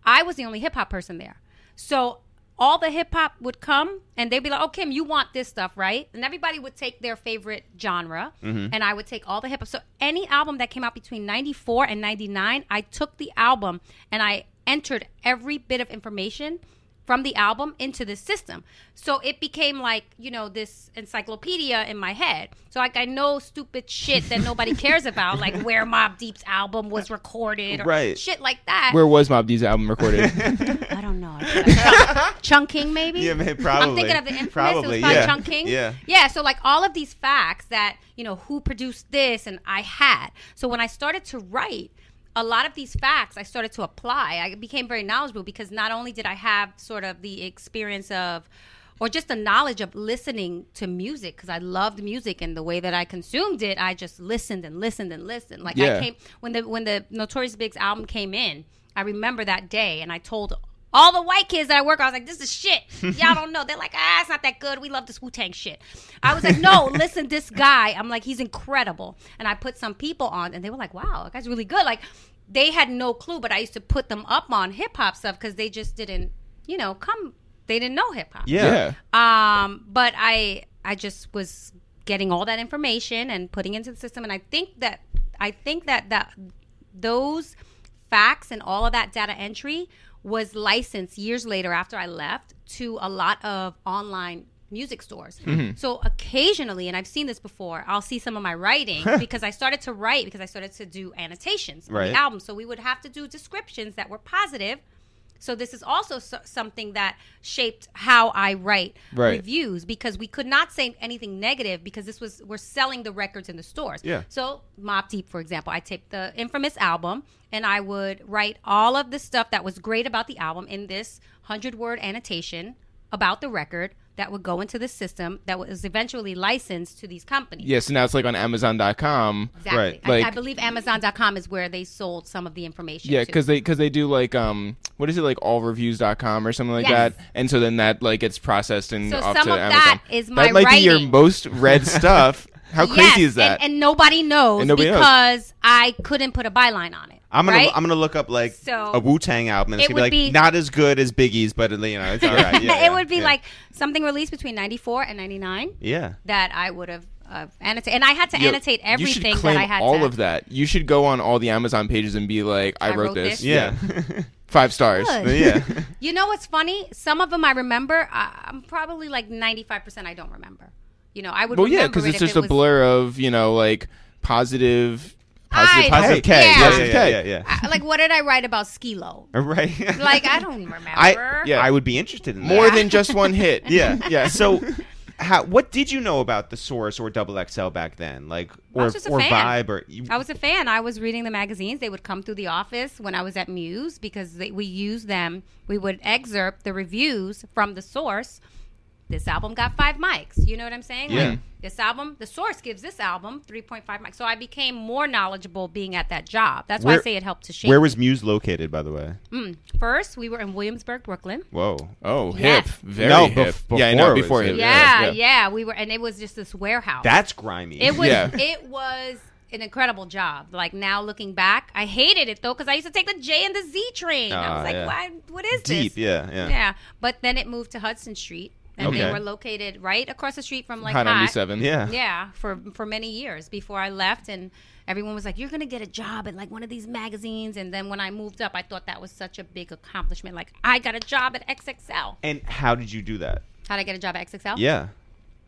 Speaker 3: I was the only hip hop person there. So all the hip hop would come and they'd be like, "Oh, Kim, you want this stuff, right?" And everybody would take their favorite genre, and I would take all the hip hop. So any album that came out between '94 and '99, I took the album and I entered every bit of information from the album into this system. So it became like, you know, this encyclopedia in my head. So like I know stupid shit that nobody cares about, like where Mob Deep's album was recorded or
Speaker 1: Right.
Speaker 3: shit like that.
Speaker 2: Where was Mob Deep's album recorded?
Speaker 3: I don't know. Chunk- Chunking maybe?
Speaker 1: Yeah, man, probably.
Speaker 3: I'm thinking of the infamous. it
Speaker 1: Probably,
Speaker 3: was by
Speaker 1: yeah.
Speaker 3: Chung King.
Speaker 1: Yeah.
Speaker 3: Yeah. So like all of these facts that you know who produced this and I had. So when I started to write. A lot of these facts I started to apply. I became very knowledgeable because not only did I have sort of the experience of, or just the knowledge of listening to music, because I loved music and the way that I consumed it, I just listened and listened and listened. Like
Speaker 2: Yeah.
Speaker 3: I came when the when the Notorious Big's album came in, I remember that day, and I told all the white kids that I work. with, I was like, "This is shit. Y'all don't know." They're like, "Ah, it's not that good. We love this Wu Tang shit." I was like, "No, listen, this guy. I'm like, he's incredible." And I put some people on, and they were like, "Wow, that guy's really good." Like, they had no clue, but I used to put them up on hip hop stuff because they just didn't, you know, come. They didn't know hip hop.
Speaker 1: yeah.
Speaker 3: Um, but I I just was getting all that information and putting it into the system, and I think that I think that that those facts and all of that data entry was licensed years later after I left to a lot of online music stores. So occasionally, and I've seen this before, I'll see some of my writing because I started to write because I started to do annotations on
Speaker 1: Right.
Speaker 3: the album. So we would have to do descriptions that were positive So this is also so- something that shaped how I write
Speaker 1: Right.
Speaker 3: reviews because we could not say anything negative because this was we're selling the records in the stores.
Speaker 1: Yeah.
Speaker 3: So Mob Deep, for example, I taped the infamous album and I would write all of the stuff that was great about the album in this hundred word annotation about the record that would go into the system that was eventually licensed to these companies.
Speaker 2: Yeah, so now it's like on Amazon.com.
Speaker 3: Exactly.
Speaker 1: Right.
Speaker 3: I, I
Speaker 2: Like-
Speaker 3: believe Amazon.com is where they sold some of the information.
Speaker 2: Yeah,
Speaker 3: to.
Speaker 2: because they because they do like um what is it like allreviews.com or something like
Speaker 3: Yes.
Speaker 2: that, and so then that like gets processed and
Speaker 3: So
Speaker 2: off
Speaker 3: some
Speaker 2: to
Speaker 3: of
Speaker 2: Amazon.
Speaker 3: that is my
Speaker 2: that might be your
Speaker 3: writing.
Speaker 2: most read stuff. How crazy
Speaker 3: Yes,
Speaker 2: is that?
Speaker 3: And, and nobody knows
Speaker 2: And nobody knows.
Speaker 3: because I couldn't put a byline on it.
Speaker 1: I'm gonna
Speaker 3: right?
Speaker 1: I'm gonna look up like
Speaker 3: So-
Speaker 1: a Wu Tang album and it's
Speaker 3: It
Speaker 1: gonna be like
Speaker 3: would be-
Speaker 1: not as good as Biggie's, but you know it's all right. Yeah,
Speaker 3: it
Speaker 1: yeah,
Speaker 3: would be
Speaker 1: yeah.
Speaker 3: like something released between 94 and 99
Speaker 1: yeah.
Speaker 3: that I would have uh, annotated. And I had to
Speaker 2: Yo,
Speaker 3: annotate
Speaker 2: you
Speaker 3: everything
Speaker 2: should claim
Speaker 3: that I had
Speaker 2: all
Speaker 3: to.
Speaker 2: of that. You should go on all the Amazon pages and be like, "I, wrote,
Speaker 3: wrote
Speaker 2: this."
Speaker 3: this.
Speaker 1: Yeah.
Speaker 2: five stars.
Speaker 3: Good.
Speaker 1: yeah.
Speaker 3: You know what's funny? Some of them I remember. I, I'm probably like 95% I don't remember. You know, I would
Speaker 2: Well,
Speaker 3: remember
Speaker 2: yeah, because
Speaker 3: it
Speaker 2: it's
Speaker 3: if
Speaker 2: just
Speaker 3: it
Speaker 2: a
Speaker 3: was-
Speaker 2: blur of you know like positive,
Speaker 3: I-
Speaker 2: positive,
Speaker 1: Positive
Speaker 2: Hey,
Speaker 1: K. Yeah,
Speaker 3: Yeah.
Speaker 1: yeah, yeah, yeah, yeah.
Speaker 3: I- like, what did I write about Skilo?
Speaker 1: Right.
Speaker 3: Like, I don't remember.
Speaker 1: I
Speaker 2: Yeah.
Speaker 1: I would be interested in that.
Speaker 2: more than just one hit.
Speaker 1: Yeah.
Speaker 2: yeah.
Speaker 1: So how what did you know about the source or double XL back then? Like or
Speaker 3: I was just a
Speaker 1: or
Speaker 3: fan.
Speaker 1: vibe or you,
Speaker 3: I was a fan. I was reading the magazines. They would come through the office when I was at Muse because they, we used them. We would excerpt the reviews from the source. This album got five mics. You know what I'm saying?
Speaker 1: Yeah.
Speaker 3: Like, this album, the source gives this album 3.5 mics. So I became more knowledgeable being at that job. That's why
Speaker 1: Where-
Speaker 3: I say it helped to shape.
Speaker 1: Where was Muse located by the way?
Speaker 3: Mm. First, we were in Williamsburg, Brooklyn.
Speaker 1: Whoa.
Speaker 2: Oh,
Speaker 3: Yes.
Speaker 2: hip. Very
Speaker 1: No,
Speaker 2: hip.
Speaker 1: bef-
Speaker 2: yeah, I
Speaker 1: before
Speaker 2: know.
Speaker 1: it was
Speaker 2: Before
Speaker 1: hip.
Speaker 2: hip.
Speaker 3: Yeah, yeah, We were, and it was just this warehouse.
Speaker 1: That's grimy.
Speaker 3: It was
Speaker 2: Yeah.
Speaker 3: it was an incredible job. Like now looking back, I hated it though because I used to take the J and the Z train. I
Speaker 1: Ah,
Speaker 3: was like,
Speaker 1: yeah.
Speaker 3: why, what is
Speaker 1: deep,
Speaker 3: this?
Speaker 1: yeah, yeah.
Speaker 3: Yeah, but then it moved to Hudson Street, and
Speaker 1: Okay.
Speaker 3: they were located right across the street from like
Speaker 2: Hot
Speaker 3: Hot.
Speaker 2: 97.
Speaker 1: Yeah.
Speaker 3: Yeah, for for many years before I left, and everyone was like, "You're gonna get a job at like one of these magazines." And then when I moved up, I thought that was such a big accomplishment. Like I got a job at XXL.
Speaker 1: And how did you do that?
Speaker 3: How'd I get a job at XXL?
Speaker 1: Yeah.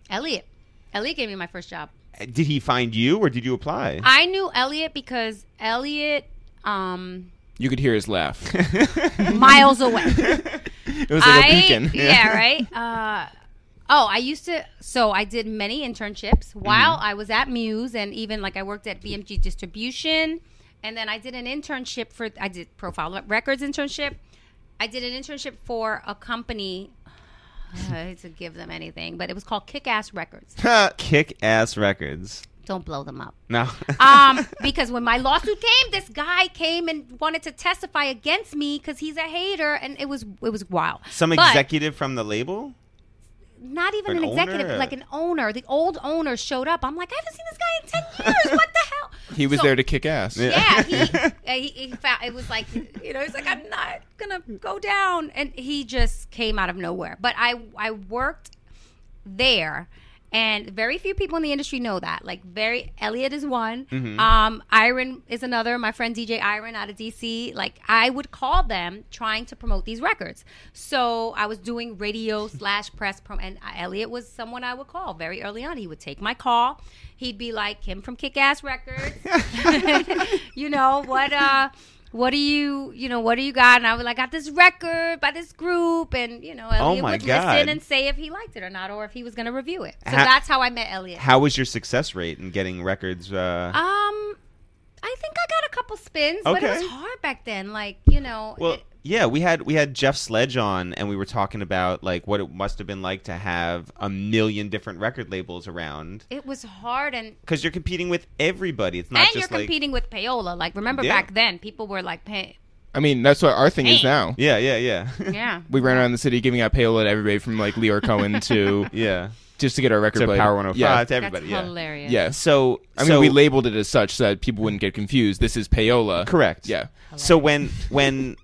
Speaker 3: Elliot. Elliot gave me my first job.
Speaker 1: Did he find you or did you apply?
Speaker 3: I knew Elliot because Elliot, um,
Speaker 2: You could hear his laugh. it
Speaker 3: miles away.
Speaker 2: was like
Speaker 3: I-
Speaker 2: a beacon.
Speaker 3: Yeah, right. Uh, oh, I used to. So I did many internships
Speaker 2: Mm-hmm.
Speaker 3: while I was at Muse, and even like I worked at BMG Distribution, and then I did an internship for I did Profile Records internship. I did an internship for a company. I hate to give them anything, but it was called Kick Ass Records.
Speaker 1: Kick ass records.
Speaker 3: Don't blow them up.
Speaker 1: No.
Speaker 3: um, because when my lawsuit came, this guy came and wanted to testify against me because he's a hater, and it was it was wild.
Speaker 1: Some
Speaker 3: But
Speaker 1: executive from the label?
Speaker 3: not even
Speaker 1: an
Speaker 3: an, executive,
Speaker 1: owner?
Speaker 3: like an owner. The old owner showed up. I'm like, I haven't seen this guy in ten years. What the hell?
Speaker 2: He was
Speaker 3: So-
Speaker 2: there to kick ass.
Speaker 3: Yeah, he, uh, he, he found, it was like, you know, he's like, I'm not gonna go down, and he just came out of nowhere. But I, I worked there, and very few people in the industry know that. Like, very Elliot is one,
Speaker 1: Mm-hmm.
Speaker 3: um, Iron is another. My friend DJ Iron out of DC. Like, I would call them trying to promote these records. So I was doing radio slash press prom, and Elliot was someone I would call very early on. He would take my call. He'd be like, Kim from Kick Ass Records. you know what uh what do you you know what do you got and i was like i got this record by this group and you know elliot
Speaker 1: Oh my
Speaker 3: would
Speaker 1: God.
Speaker 3: listen and say if he liked it or not or if he was going to review it so
Speaker 1: Ha-
Speaker 3: that's how i met elliot
Speaker 1: How was your success rate in getting records? Uh,
Speaker 3: um i think i got a couple spins but it
Speaker 1: Okay.
Speaker 3: was hard back then like you know
Speaker 1: well,
Speaker 3: it-
Speaker 1: yeah, we had we had Jeff Sledge on, and we were talking about like what it must have been like to have a million different record labels around
Speaker 3: it was hard and
Speaker 1: because you're competing with everybody. It's not
Speaker 3: and you're
Speaker 1: just like
Speaker 3: competing with payola like remember
Speaker 1: Yeah.
Speaker 3: back then people were like pay
Speaker 2: I mean, that's what our thing is
Speaker 3: Damn.
Speaker 2: now.
Speaker 1: yeah, yeah, yeah,
Speaker 3: yeah
Speaker 2: We ran around the city giving out payola to everybody from like Leor Cohen to
Speaker 1: yeah.
Speaker 2: just to get our record
Speaker 1: To
Speaker 2: played.
Speaker 1: Power 105
Speaker 2: Yeah.
Speaker 1: to
Speaker 3: that's
Speaker 1: everybody. yeah.
Speaker 3: hilarious
Speaker 2: yeah.
Speaker 1: So
Speaker 2: I mean,
Speaker 1: so,
Speaker 2: we labeled it as such so that people wouldn't get confused. This is payola.
Speaker 1: correct.
Speaker 2: Yeah.
Speaker 1: So when when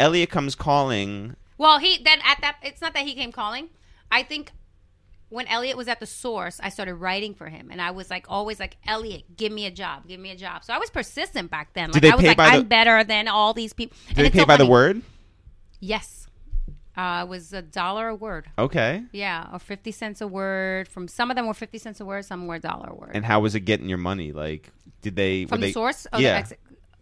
Speaker 1: Elliot comes calling,
Speaker 3: Well, he then at that it's not that he came calling. I think when Elliot was at the source, I started writing for him, and I was like always like Elliot, give me a job, give me a job. So I was persistent back then. Like
Speaker 1: they
Speaker 3: I was
Speaker 1: pay
Speaker 3: like
Speaker 1: by the-
Speaker 3: I'm better than all these people. And
Speaker 1: did they
Speaker 3: it's
Speaker 1: pay
Speaker 3: so
Speaker 1: by the
Speaker 3: funny.
Speaker 1: word?
Speaker 3: Yes, uh, it was a dollar a word.
Speaker 1: Okay.
Speaker 3: Yeah, or fifty cents a word. From some of them were fifty cents a word, some were a dollar a word.
Speaker 1: And how was it getting your money? Like, did they
Speaker 3: From
Speaker 1: were
Speaker 3: the
Speaker 1: they-
Speaker 3: source, of
Speaker 1: yeah.
Speaker 3: The ex-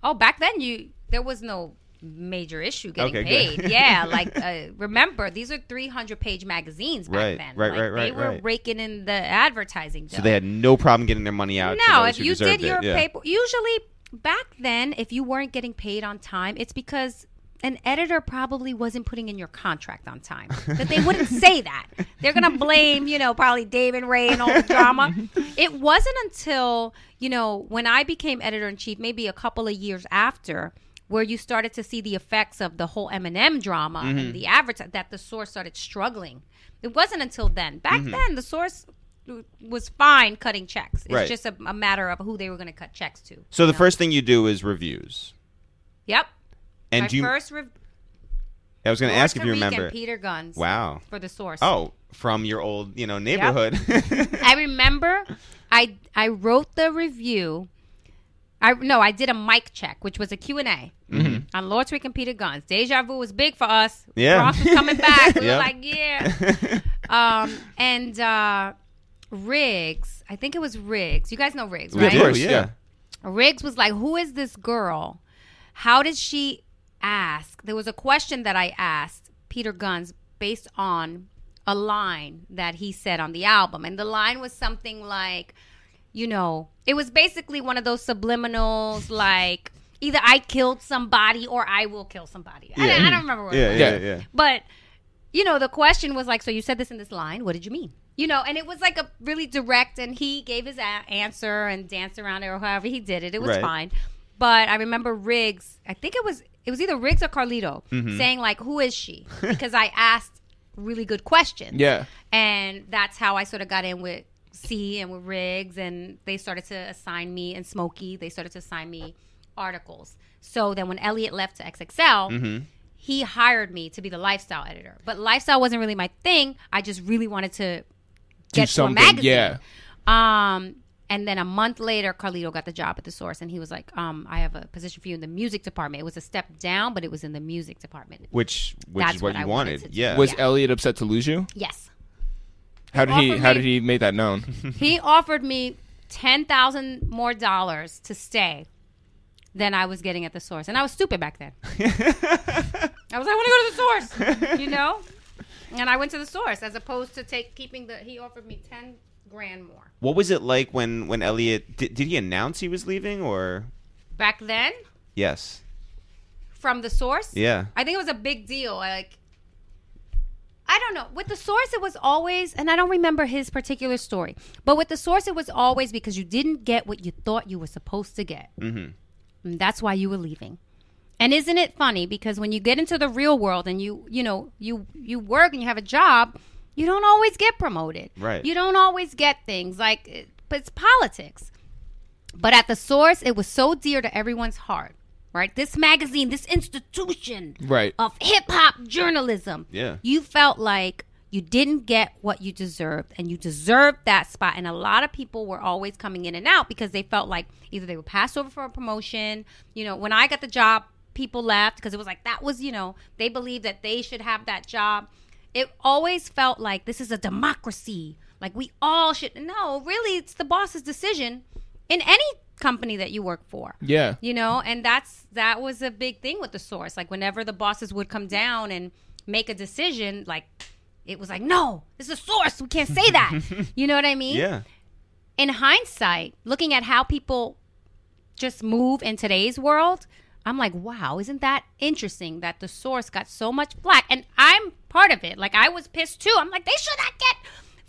Speaker 3: oh, back then you there was no major issue getting
Speaker 1: Okay,
Speaker 3: paid.
Speaker 1: good.
Speaker 3: yeah, like uh, remember these are 300 page magazines back
Speaker 1: Right,
Speaker 3: then.
Speaker 1: right,
Speaker 3: Like,
Speaker 1: right,
Speaker 3: They
Speaker 1: right,
Speaker 3: were
Speaker 1: right.
Speaker 3: raking in the advertising.
Speaker 1: So
Speaker 3: dough.
Speaker 1: they had no problem getting their money out. to
Speaker 3: No,
Speaker 1: those
Speaker 3: if
Speaker 1: who
Speaker 3: you
Speaker 1: deserved
Speaker 3: did your
Speaker 1: it. Yeah.
Speaker 3: paper, usually back then, if you weren't getting paid on time, it's because an editor probably wasn't putting in your contract on time. That they wouldn't say that. They're gonna blame, you know, probably Dave and Ray and all the drama. It wasn't until you know when I became editor in chief, maybe a couple of years after. Where you started to see the effects of the whole Eminem drama
Speaker 1: Mm-hmm.
Speaker 3: and the advertising that the source started struggling. It wasn't until then. Back
Speaker 1: Mm-hmm.
Speaker 3: then, the source was fine cutting checks. It's
Speaker 1: Right.
Speaker 3: just a, a matter of who they were going to cut checks to.
Speaker 1: So the
Speaker 3: No.
Speaker 1: first thing you do is reviews.
Speaker 3: Yep.
Speaker 1: And
Speaker 3: My
Speaker 1: do you,
Speaker 3: first rev-
Speaker 1: I was going to ask if
Speaker 3: Puerto
Speaker 1: you
Speaker 3: Rican
Speaker 1: remember.
Speaker 3: Peter Guns
Speaker 1: Wow.
Speaker 3: for the source.
Speaker 1: Oh, from your old, you know, neighborhood.
Speaker 3: I remember I I wrote the review. I no, I did a mic check, which was a Q&A on Lord's Rick and Peter Guns. Deja vu was big for us.
Speaker 1: Mm-hmm. Yeah.
Speaker 3: Ross was coming back. We
Speaker 1: Yeah.
Speaker 3: were like, yeah. Um, and uh, Riggs, I think it was Riggs. You guys know Riggs, right?
Speaker 1: do,
Speaker 2: course,
Speaker 1: yeah.
Speaker 2: yeah.
Speaker 3: Riggs was like, Who is this girl? How did she ask? There was a question that I asked Peter Guns based on a line that he said on the album. And the line was something like, you know, it was basically one of those subliminals like either I killed somebody or I will kill somebody. I, don't, I don't remember what it
Speaker 1: yeah,
Speaker 3: was.
Speaker 1: yeah,
Speaker 2: Yeah.
Speaker 1: yeah.
Speaker 3: But you know, the question was like, so you said this in this line. What did you mean? You know, and it was like a really direct, and he gave his a- answer and danced around it or however he did it. It was
Speaker 1: Right.
Speaker 3: fine. But I remember Riggs. I think it was it was either Riggs or Carlito
Speaker 1: Mm-hmm.
Speaker 3: saying like, "Who is she?" Because I asked really good questions.
Speaker 2: Yeah.
Speaker 3: And that's how I sort of got in with C and with Riggs, and they started to assign me and Smokey. They started to assign me articles. So then when Elliot left to XXL,
Speaker 2: Mm-hmm.
Speaker 3: he hired me to be the lifestyle editor. But lifestyle wasn't really my thing. I just really wanted to get to a
Speaker 2: something,
Speaker 3: magazine.
Speaker 2: yeah.
Speaker 3: Um, and then a month later, Carlito got the job at the Source, and he was like, um, "I have a position for you in the music department." It was a step down, but it was in the music department.
Speaker 1: Which which
Speaker 3: That's
Speaker 1: is what,
Speaker 3: what I
Speaker 1: you
Speaker 3: wanted
Speaker 1: wanted.
Speaker 3: to do.
Speaker 1: yeah.
Speaker 2: Was
Speaker 3: Yeah.
Speaker 2: Elliot upset to lose you?
Speaker 3: Yes.
Speaker 2: How did he?
Speaker 3: offered
Speaker 2: How
Speaker 3: me-
Speaker 2: did he make that known?
Speaker 3: he offered me ten thousand more dollars to stay than I was getting at the source, and I was stupid back then. I was like, I want to go to the source, you know. And I went to the source as opposed to take keeping the. He offered me ten grand more
Speaker 1: what was it like when when Elliot did, did he announce he was leaving or
Speaker 3: back then
Speaker 1: yes.
Speaker 3: from the source.
Speaker 1: Yeah.
Speaker 3: I think it was a big deal. Like, I don't know. With the source, it was always, and I don't remember his particular story, but with the source, it was always because you didn't get what you thought you were supposed to get. Mm-hmm. And that's why you were leaving. And isn't it funny? Because when you get into the real world and you, you know, you you work and you have a job, you don't always get promoted.
Speaker 1: Right.
Speaker 3: You don't always get things like, it- but it's politics. But at the source, it was so dear to everyone's heart. Right. This magazine, this institution
Speaker 2: Right.
Speaker 3: of hip hop journalism.
Speaker 1: Yeah.
Speaker 3: You felt like you didn't get what you deserved and you deserved that spot. And a lot of people were always coming in and out because they felt like either they were passed over for a promotion. You know, when I got the job, people left because it was like that was, you know, they believed that they should have that job. It always felt like this is a democracy. Like we all should. No, really, it's the boss's decision in any company that you work for
Speaker 2: Yeah.
Speaker 3: you know and that's that was a big thing with the source like whenever the bosses would come down and make a decision like it was like no this is a source we can't say that you know what i mean
Speaker 1: Yeah.
Speaker 3: in hindsight looking at how people just move in today's world i'm like wow isn't that interesting that the source got so much flack and i'm part of it like i was pissed too i'm like they should not get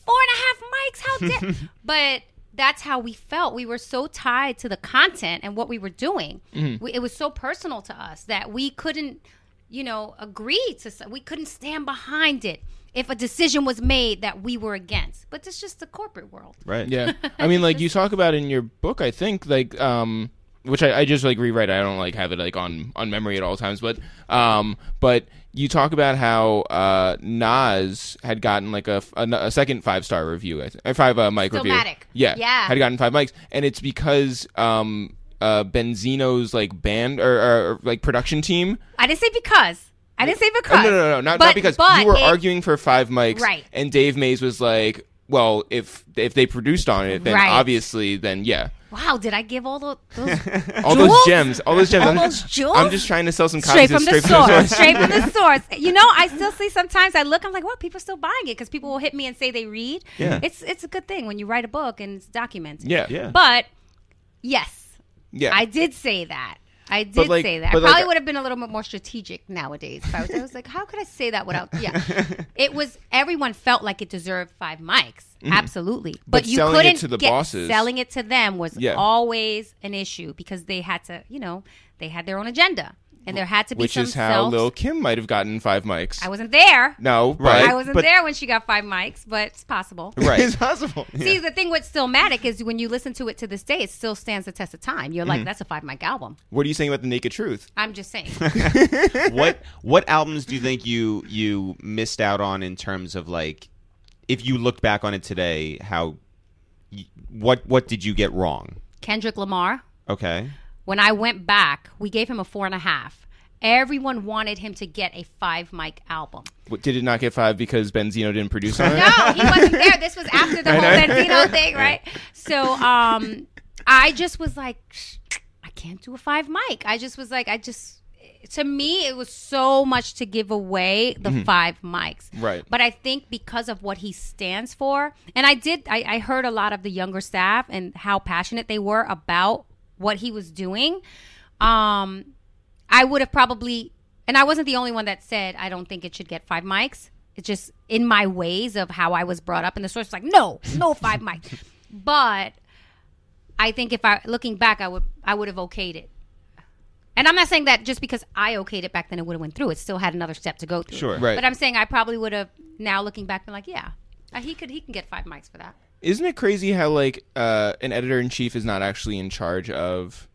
Speaker 3: four and a half mics how did but that's how we felt we were so tied to the content and what we were doing we, it was so personal to us that we couldn't you know agree to so- we couldn't stand behind it if a decision was made that we were against but it's just the corporate world
Speaker 1: Right.
Speaker 2: Yeah. I mean, like you talk about in your book, I think, like, um, which I, I just like rewrite. I don't like have it like on on memory at all times, but um, but you talk about how uh Nas had gotten like a f- a, a second five star review, I think, five uh, mic review.
Speaker 3: Stillmatic.
Speaker 2: Yeah,
Speaker 3: Yeah.
Speaker 2: had gotten five mics, and it's because um uh Benzino's like band or, or, or, like production team.
Speaker 3: I didn't say because. I didn't say
Speaker 2: Oh,
Speaker 3: because.
Speaker 2: no, no, no, no, not,
Speaker 3: But-
Speaker 2: not because
Speaker 3: but
Speaker 2: you were
Speaker 3: it-
Speaker 2: arguing for five mics,
Speaker 3: Right.
Speaker 2: And Dave Mays was like, "Well, if if they produced on it, then
Speaker 3: Right.
Speaker 2: obviously, then yeah."
Speaker 3: wow, did I give all tho- those
Speaker 2: all those
Speaker 3: Jewels?
Speaker 2: gems, all those gems.
Speaker 3: All
Speaker 2: I'm,
Speaker 3: those jewels?
Speaker 2: I'm just trying to sell some
Speaker 3: straight
Speaker 2: copies
Speaker 3: from
Speaker 2: of
Speaker 3: the
Speaker 2: straight
Speaker 3: source.
Speaker 2: from the source.
Speaker 3: straight from the source. You know, I still see sometimes I look, I'm like, well, people are still buying it because people will hit me and say they read.
Speaker 1: Yeah.
Speaker 3: It's it's a good thing when you write a book and it's documented.
Speaker 2: Yeah,
Speaker 1: Yeah.
Speaker 3: But yes,
Speaker 2: yeah.
Speaker 3: I did say that. I did
Speaker 2: But, like-
Speaker 3: say that. I
Speaker 2: but,
Speaker 3: probably
Speaker 2: like, uh, I-
Speaker 3: would have been a little bit more strategic nowadays. If I, was, I was like, how could I say that without? Yeah, it was. Everyone felt like it deserved five mics. Absolutely, but,
Speaker 2: Mm. But
Speaker 3: you
Speaker 2: selling it
Speaker 3: couldn't
Speaker 2: to the
Speaker 3: get-
Speaker 2: bosses-
Speaker 3: Selling it to them was
Speaker 2: Yeah.
Speaker 3: always an issue because they had to, you know, they had their own agenda, and there had to be
Speaker 2: Which
Speaker 3: some
Speaker 2: is how
Speaker 3: self-
Speaker 2: Lil Kim might have gotten five mics.
Speaker 3: I wasn't there.
Speaker 2: no,
Speaker 1: Right.
Speaker 2: right?
Speaker 3: I wasn't
Speaker 1: but-
Speaker 3: there when she got five mics, but it's possible.
Speaker 1: Right.
Speaker 2: it's possible.
Speaker 3: See, the thing with Stillmatic is when you listen to it to this day, it still stands the test of time. You're
Speaker 2: Mm-hmm.
Speaker 3: like, that's a five mic album.
Speaker 2: What are you saying about the naked truth?
Speaker 3: I'm just saying.
Speaker 1: what what albums do you think you you missed out on in terms of like if you looked back on it today how y- what what did you get wrong
Speaker 3: Kendrick Lamar.
Speaker 1: okay
Speaker 3: When I went back, we gave him a four and a half. Everyone wanted him to get a five mic album.
Speaker 2: What, did it not get five because Benzino didn't produce on it?
Speaker 3: No, he wasn't there. This was after the whole Benzino thing, right? So um, I just was like, I can't do a five mic. I just was like, I just. To me, it was so much to give away the five mics.
Speaker 2: Right.
Speaker 3: But I think because of what he stands for, and I did, I, I heard a lot of the younger staff and how passionate they were about what he was doing. Um, I would have probably, and I wasn't the only one that said I don't think it should get five mics. It's just in my ways of how I was brought up, and the source was like, no, no five mics. But I think if I looking back, I would I would have okayed it. And I'm not saying that just because I okayed it back then it would have went through. It still had another step to go through.
Speaker 1: Sure.
Speaker 2: Right.
Speaker 3: But I'm saying I probably would have now looking back been like, yeah, uh, he could he can get five mics for that.
Speaker 2: Isn't it crazy how like uh, an editor in chief is not actually in charge of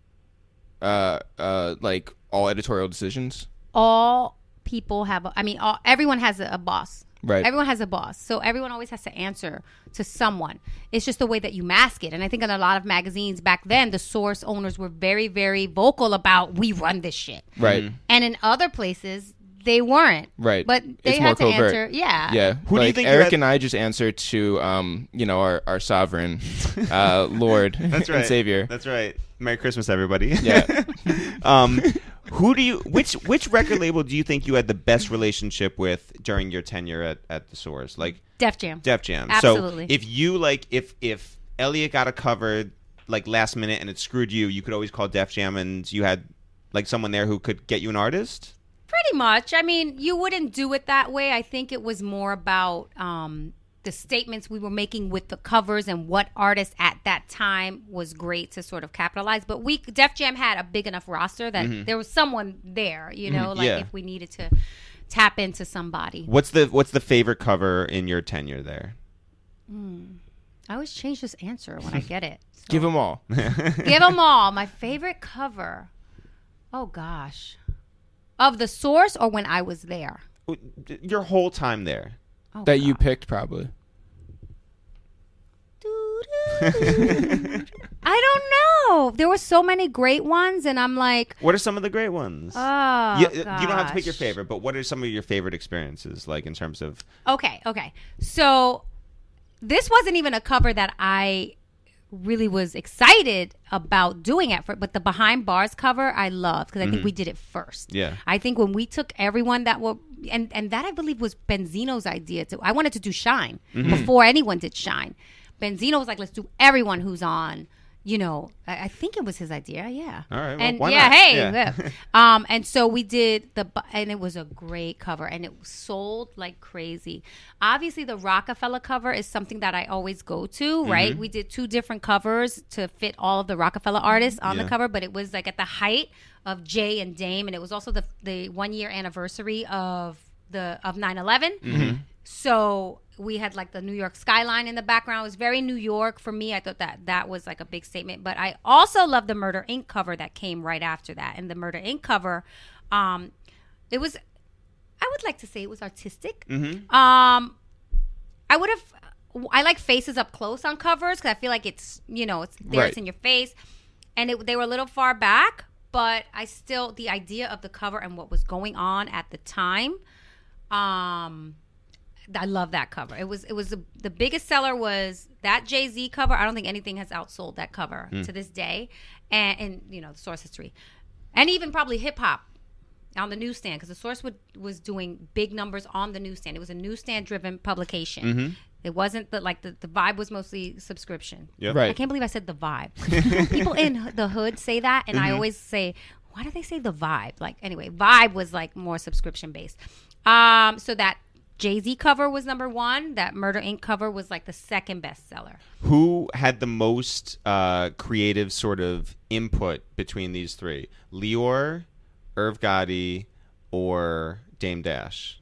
Speaker 2: uh, uh, like all editorial decisions?
Speaker 3: All people have. a- I mean, all, everyone has a, a boss.
Speaker 2: Right.
Speaker 3: Everyone has a boss, so everyone always has to answer to someone. It's just the way that you mask it. And I think in a lot of magazines back then, the source owners were very, very vocal about we run this shit.
Speaker 1: Mm-hmm.
Speaker 2: Right,
Speaker 3: And in other places, they weren't.
Speaker 2: right.
Speaker 3: But they
Speaker 2: it's
Speaker 3: had to
Speaker 2: more covert.
Speaker 3: answer. Yeah.
Speaker 2: Yeah.
Speaker 1: Who do you
Speaker 2: Like,
Speaker 1: think you
Speaker 2: Eric
Speaker 1: had-
Speaker 2: and I just answer to um, you know, our, our sovereign uh, Lord
Speaker 1: that's right
Speaker 2: and Savior.
Speaker 1: that's right merry christmas everybody
Speaker 2: Yeah.
Speaker 1: um who do you which which record label do you think you had the best relationship with during your tenure at at the source like
Speaker 3: Def Jam.
Speaker 1: Def Jam.
Speaker 3: Absolutely.
Speaker 1: So if you like, if if Elliot got a cover like last minute and it screwed you, you could always call Def Jam, and you had like someone there who could get you an artist.
Speaker 3: Pretty much. I mean, you wouldn't do it that way. I think it was more about um, the statements we were making with the covers and what artist at that time was great to sort of capitalize. But we Def Jam had a big enough roster that
Speaker 2: Mm-hmm.
Speaker 3: there was someone there. You know, like
Speaker 1: yeah.
Speaker 3: if we needed to tap into somebody.
Speaker 1: What's the what's the favorite cover in your tenure there?
Speaker 3: I always change this answer when I get it. So.
Speaker 2: Give them all.
Speaker 3: Give them all. My favorite cover. Oh gosh, of the source or when I was there.
Speaker 1: Your whole time there.
Speaker 3: Oh,
Speaker 2: that you picked probably.
Speaker 3: Doo-doo-doo. I don't know. There were so many great ones, and I'm like,
Speaker 1: What are some of the great ones?
Speaker 3: oh,
Speaker 1: you, you don't have to pick your
Speaker 3: gosh.
Speaker 1: favorite, but what are some of your favorite experiences like in terms of?
Speaker 3: Okay, okay. So this wasn't even a cover that I really was excited about doing at first, but the behind bars cover I loved because I think we did it first.
Speaker 1: Yeah.
Speaker 3: I think when we took everyone that were and and that I believe was Benzino's idea too. I wanted to do Shine before anyone did Shine. Benzino was like, let's do everyone who's on. You know, I, I think it was his idea. Yeah.
Speaker 1: All right, well,
Speaker 3: and
Speaker 1: why
Speaker 3: yeah,
Speaker 1: not?
Speaker 3: hey,
Speaker 1: Yeah.
Speaker 3: look. um, and so we did the, bu- and it was a great cover, and it sold like crazy. Obviously, the Rockefeller cover is something that I always go to,
Speaker 1: Mm-hmm.
Speaker 3: right? We did two different covers to fit all of the Rockefeller artists on
Speaker 1: Yeah.
Speaker 3: the cover, but it was like at the height of Jay and Dame, and it was also the the one year anniversary of the of 9-11.
Speaker 1: Mm-hmm.
Speaker 3: So we had like the New York skyline in the background. It was very New York for me. I thought that that was like a big statement. But I also love the Murder Inc. cover that came right after that. And the Murder Inc. cover, um, it was, I would like to say it was artistic. Um, I would have, I like faces up close on covers because I feel like it's, you know, it's there,
Speaker 2: Right.
Speaker 3: it's in your face. And it, they were a little far back, but I still, the idea of the cover and what was going on at the time, um, I love that cover. It was it was the, the biggest seller was that Jay Z cover. I don't think anything has outsold that cover to this day, and and you know the source history, and even probably hip hop on the newsstand because the source would, was doing big numbers on the newsstand. It was a newsstand driven publication. It wasn't the like the, the vibe was mostly subscription.
Speaker 1: Yep.
Speaker 2: Right.
Speaker 3: I can't believe I said the vibe. People in the hood say that, and
Speaker 1: Mm-hmm.
Speaker 3: I always say, why do they say the vibe? Like, anyway, vibe was like more subscription based. Um, so that Jay Z cover was number one. That Murder Inc. cover was like the second bestseller.
Speaker 1: Who had the most uh, creative sort of input between these three? Lior, Irv Gotti, or Dame Dash?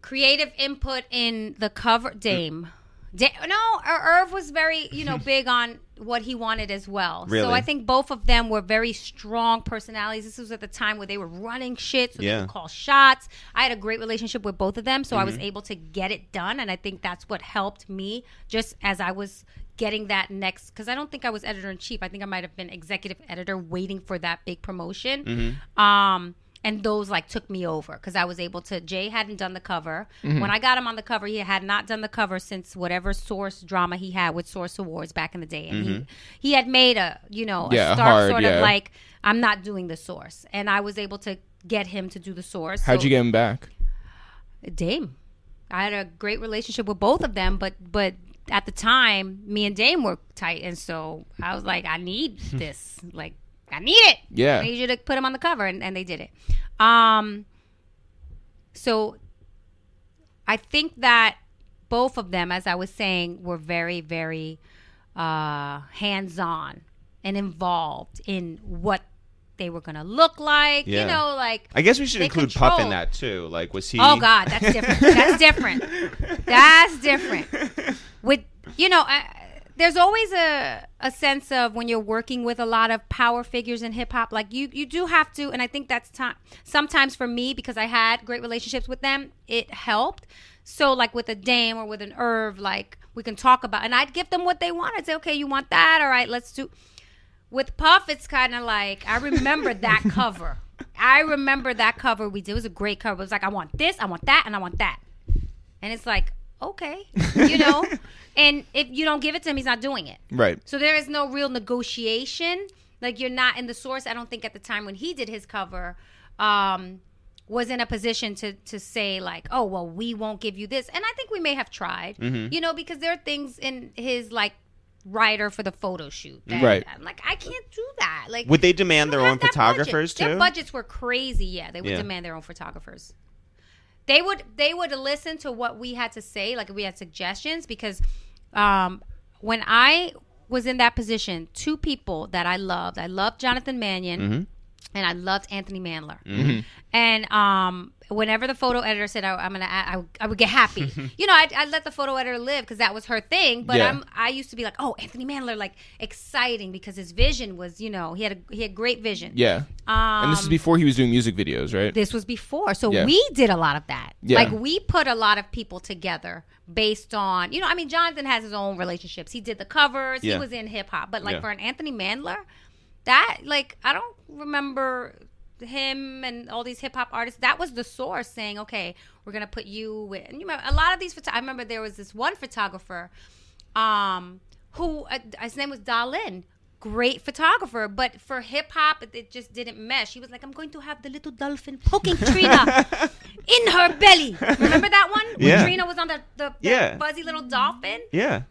Speaker 3: Creative input in the cover,
Speaker 1: Mm.
Speaker 3: Dame. Da- no, Ir- Irv was very, you know, big on what he wanted as well.
Speaker 1: Really?
Speaker 3: So I think both of them were very strong personalities. This was at the time where they were running shit, so
Speaker 1: Yeah.
Speaker 2: Mm-hmm.
Speaker 3: they could call shots. I had a great relationship with both of them, so I was able to get it done, and I think that's what helped me just as I was getting that next. Because I don't think I was editor in chief. I think I might have been executive editor, waiting for that big promotion.
Speaker 2: Mm-hmm.
Speaker 3: Um, and those like took me over because I was able to. Jay hadn't done the cover
Speaker 2: Mm-hmm.
Speaker 3: when I got him on the cover. He had not done the cover since whatever Source drama he had with Source Awards back in the day, and he he had made a you know a
Speaker 2: Mm-hmm. Yeah,
Speaker 3: stark
Speaker 2: hard,
Speaker 3: sort
Speaker 2: yeah.
Speaker 3: of like I'm not doing the Source, and I was able to get him to do the Source.
Speaker 2: How'd
Speaker 3: So-
Speaker 2: you get him back?
Speaker 3: Dame. I had a great relationship with both of them, but but at the time, me and Dame were tight, and so I was like, I need this, like I need it.
Speaker 2: Yeah.
Speaker 3: I need you to put him on the cover, and, and they did it. Um, so I think that both of them, as I was saying, were very very uh, hands on and involved in what they were going to look like.
Speaker 1: Yeah.
Speaker 3: You know, like
Speaker 1: I guess we should
Speaker 3: They
Speaker 1: include Puff in
Speaker 3: control.
Speaker 1: that too. Like, was he?
Speaker 3: Oh God, that's different. that's different. That's different. With you know, I, there's always a a sense of when you're working with a lot of power figures in hip hop, like you you do have to, and I think that's time. Sometimes for me, because I had great relationships with them, it helped. So like with a Dame or with an Irv, like we can talk about, and I'd give them what they want. I'd say, okay, you want that? All right, let's do with Puff, it's kind of like I remember that cover. I remember that cover we did. It was a great cover. It was like I want this, I want that, and I want that. And it's like okay, you know. and if you don't give it to him, he's not doing it.
Speaker 2: Right.
Speaker 3: So there is no real negotiation. Like you're not in the source. I don't think at the time when he did his cover, um, was in a position to to say like, oh well, we won't give you this. And I think we may have tried, you know, because there are things in his like writer for the photo shoot. That
Speaker 2: Right.
Speaker 3: I'm like, I can't do that. Like,
Speaker 1: Would they
Speaker 3: you
Speaker 1: demand their
Speaker 3: have
Speaker 1: own
Speaker 3: that budget.
Speaker 1: photographers
Speaker 3: Their
Speaker 1: too?
Speaker 3: budgets were crazy. Yeah, they would
Speaker 1: Yeah.
Speaker 3: demand their own photographers. They would they would listen to what we had to say, like if we had suggestions, because um, when I was in that position, two people that I loved, I loved Jonathan Mannion,
Speaker 1: Mm-hmm.
Speaker 3: and I loved Anthony Mandler. And um, whenever the photo editor said I, I'm gonna, I, I, I would get happy. you know, I, I let the photo editor live because that was her thing. But
Speaker 2: Yeah.
Speaker 3: I'm, I used to be like, oh, Anthony Mandler, like exciting because his vision was, you know, he had a, he had great vision.
Speaker 2: Yeah.
Speaker 3: Um,
Speaker 2: and this is before he was doing music videos, right?
Speaker 3: this was before. So
Speaker 2: Yeah.
Speaker 3: we did a lot of that.
Speaker 2: Yeah.
Speaker 3: Like we put a lot of people together based on, you know, I mean, Jonathan has his own relationships. He did the covers,
Speaker 1: Yeah.
Speaker 3: he was in hip hop. But like
Speaker 1: Yeah.
Speaker 3: for an Anthony Mandler, that, like, I don't remember him and all these hip hop artists. That was the source saying, okay, we're going to put you with, and you remember, a lot of these, photo- I remember there was this one photographer um, who uh, his name was Dalin. Great photographer, but for hip hop, it, it just didn't mesh. He was like, "I'm going to have the little dolphin poking Trina in her belly." Remember that one? When
Speaker 1: Yeah.
Speaker 3: Trina was on the, the, the
Speaker 1: Yeah.
Speaker 3: fuzzy little dolphin.
Speaker 1: yeah.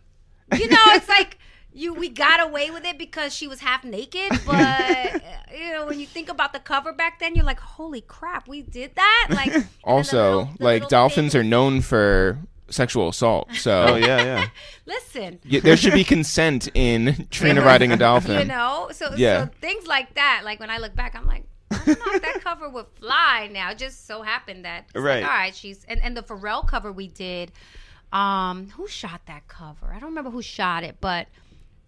Speaker 3: You know, it's like you we got away with it because she was half naked, but uh, you know, when you think about the cover back then, you're like, "Holy crap, we did that!" Like and then the
Speaker 2: also,
Speaker 3: little- the
Speaker 2: like
Speaker 3: little
Speaker 2: dolphins
Speaker 3: thing-
Speaker 2: are known for sexual assault, so
Speaker 1: Oh yeah, yeah.
Speaker 3: Listen,
Speaker 2: y- there should be consent in Trina riding a dolphin.
Speaker 3: You know, so
Speaker 2: Yeah.
Speaker 3: so things like that. Like when I look back, I'm like, I don't know if that cover would fly now. It just so happened that it's like,
Speaker 1: Right.
Speaker 3: all right, she's and and the Pharrell cover we did. Um, who shot that cover? I don't remember who shot it, but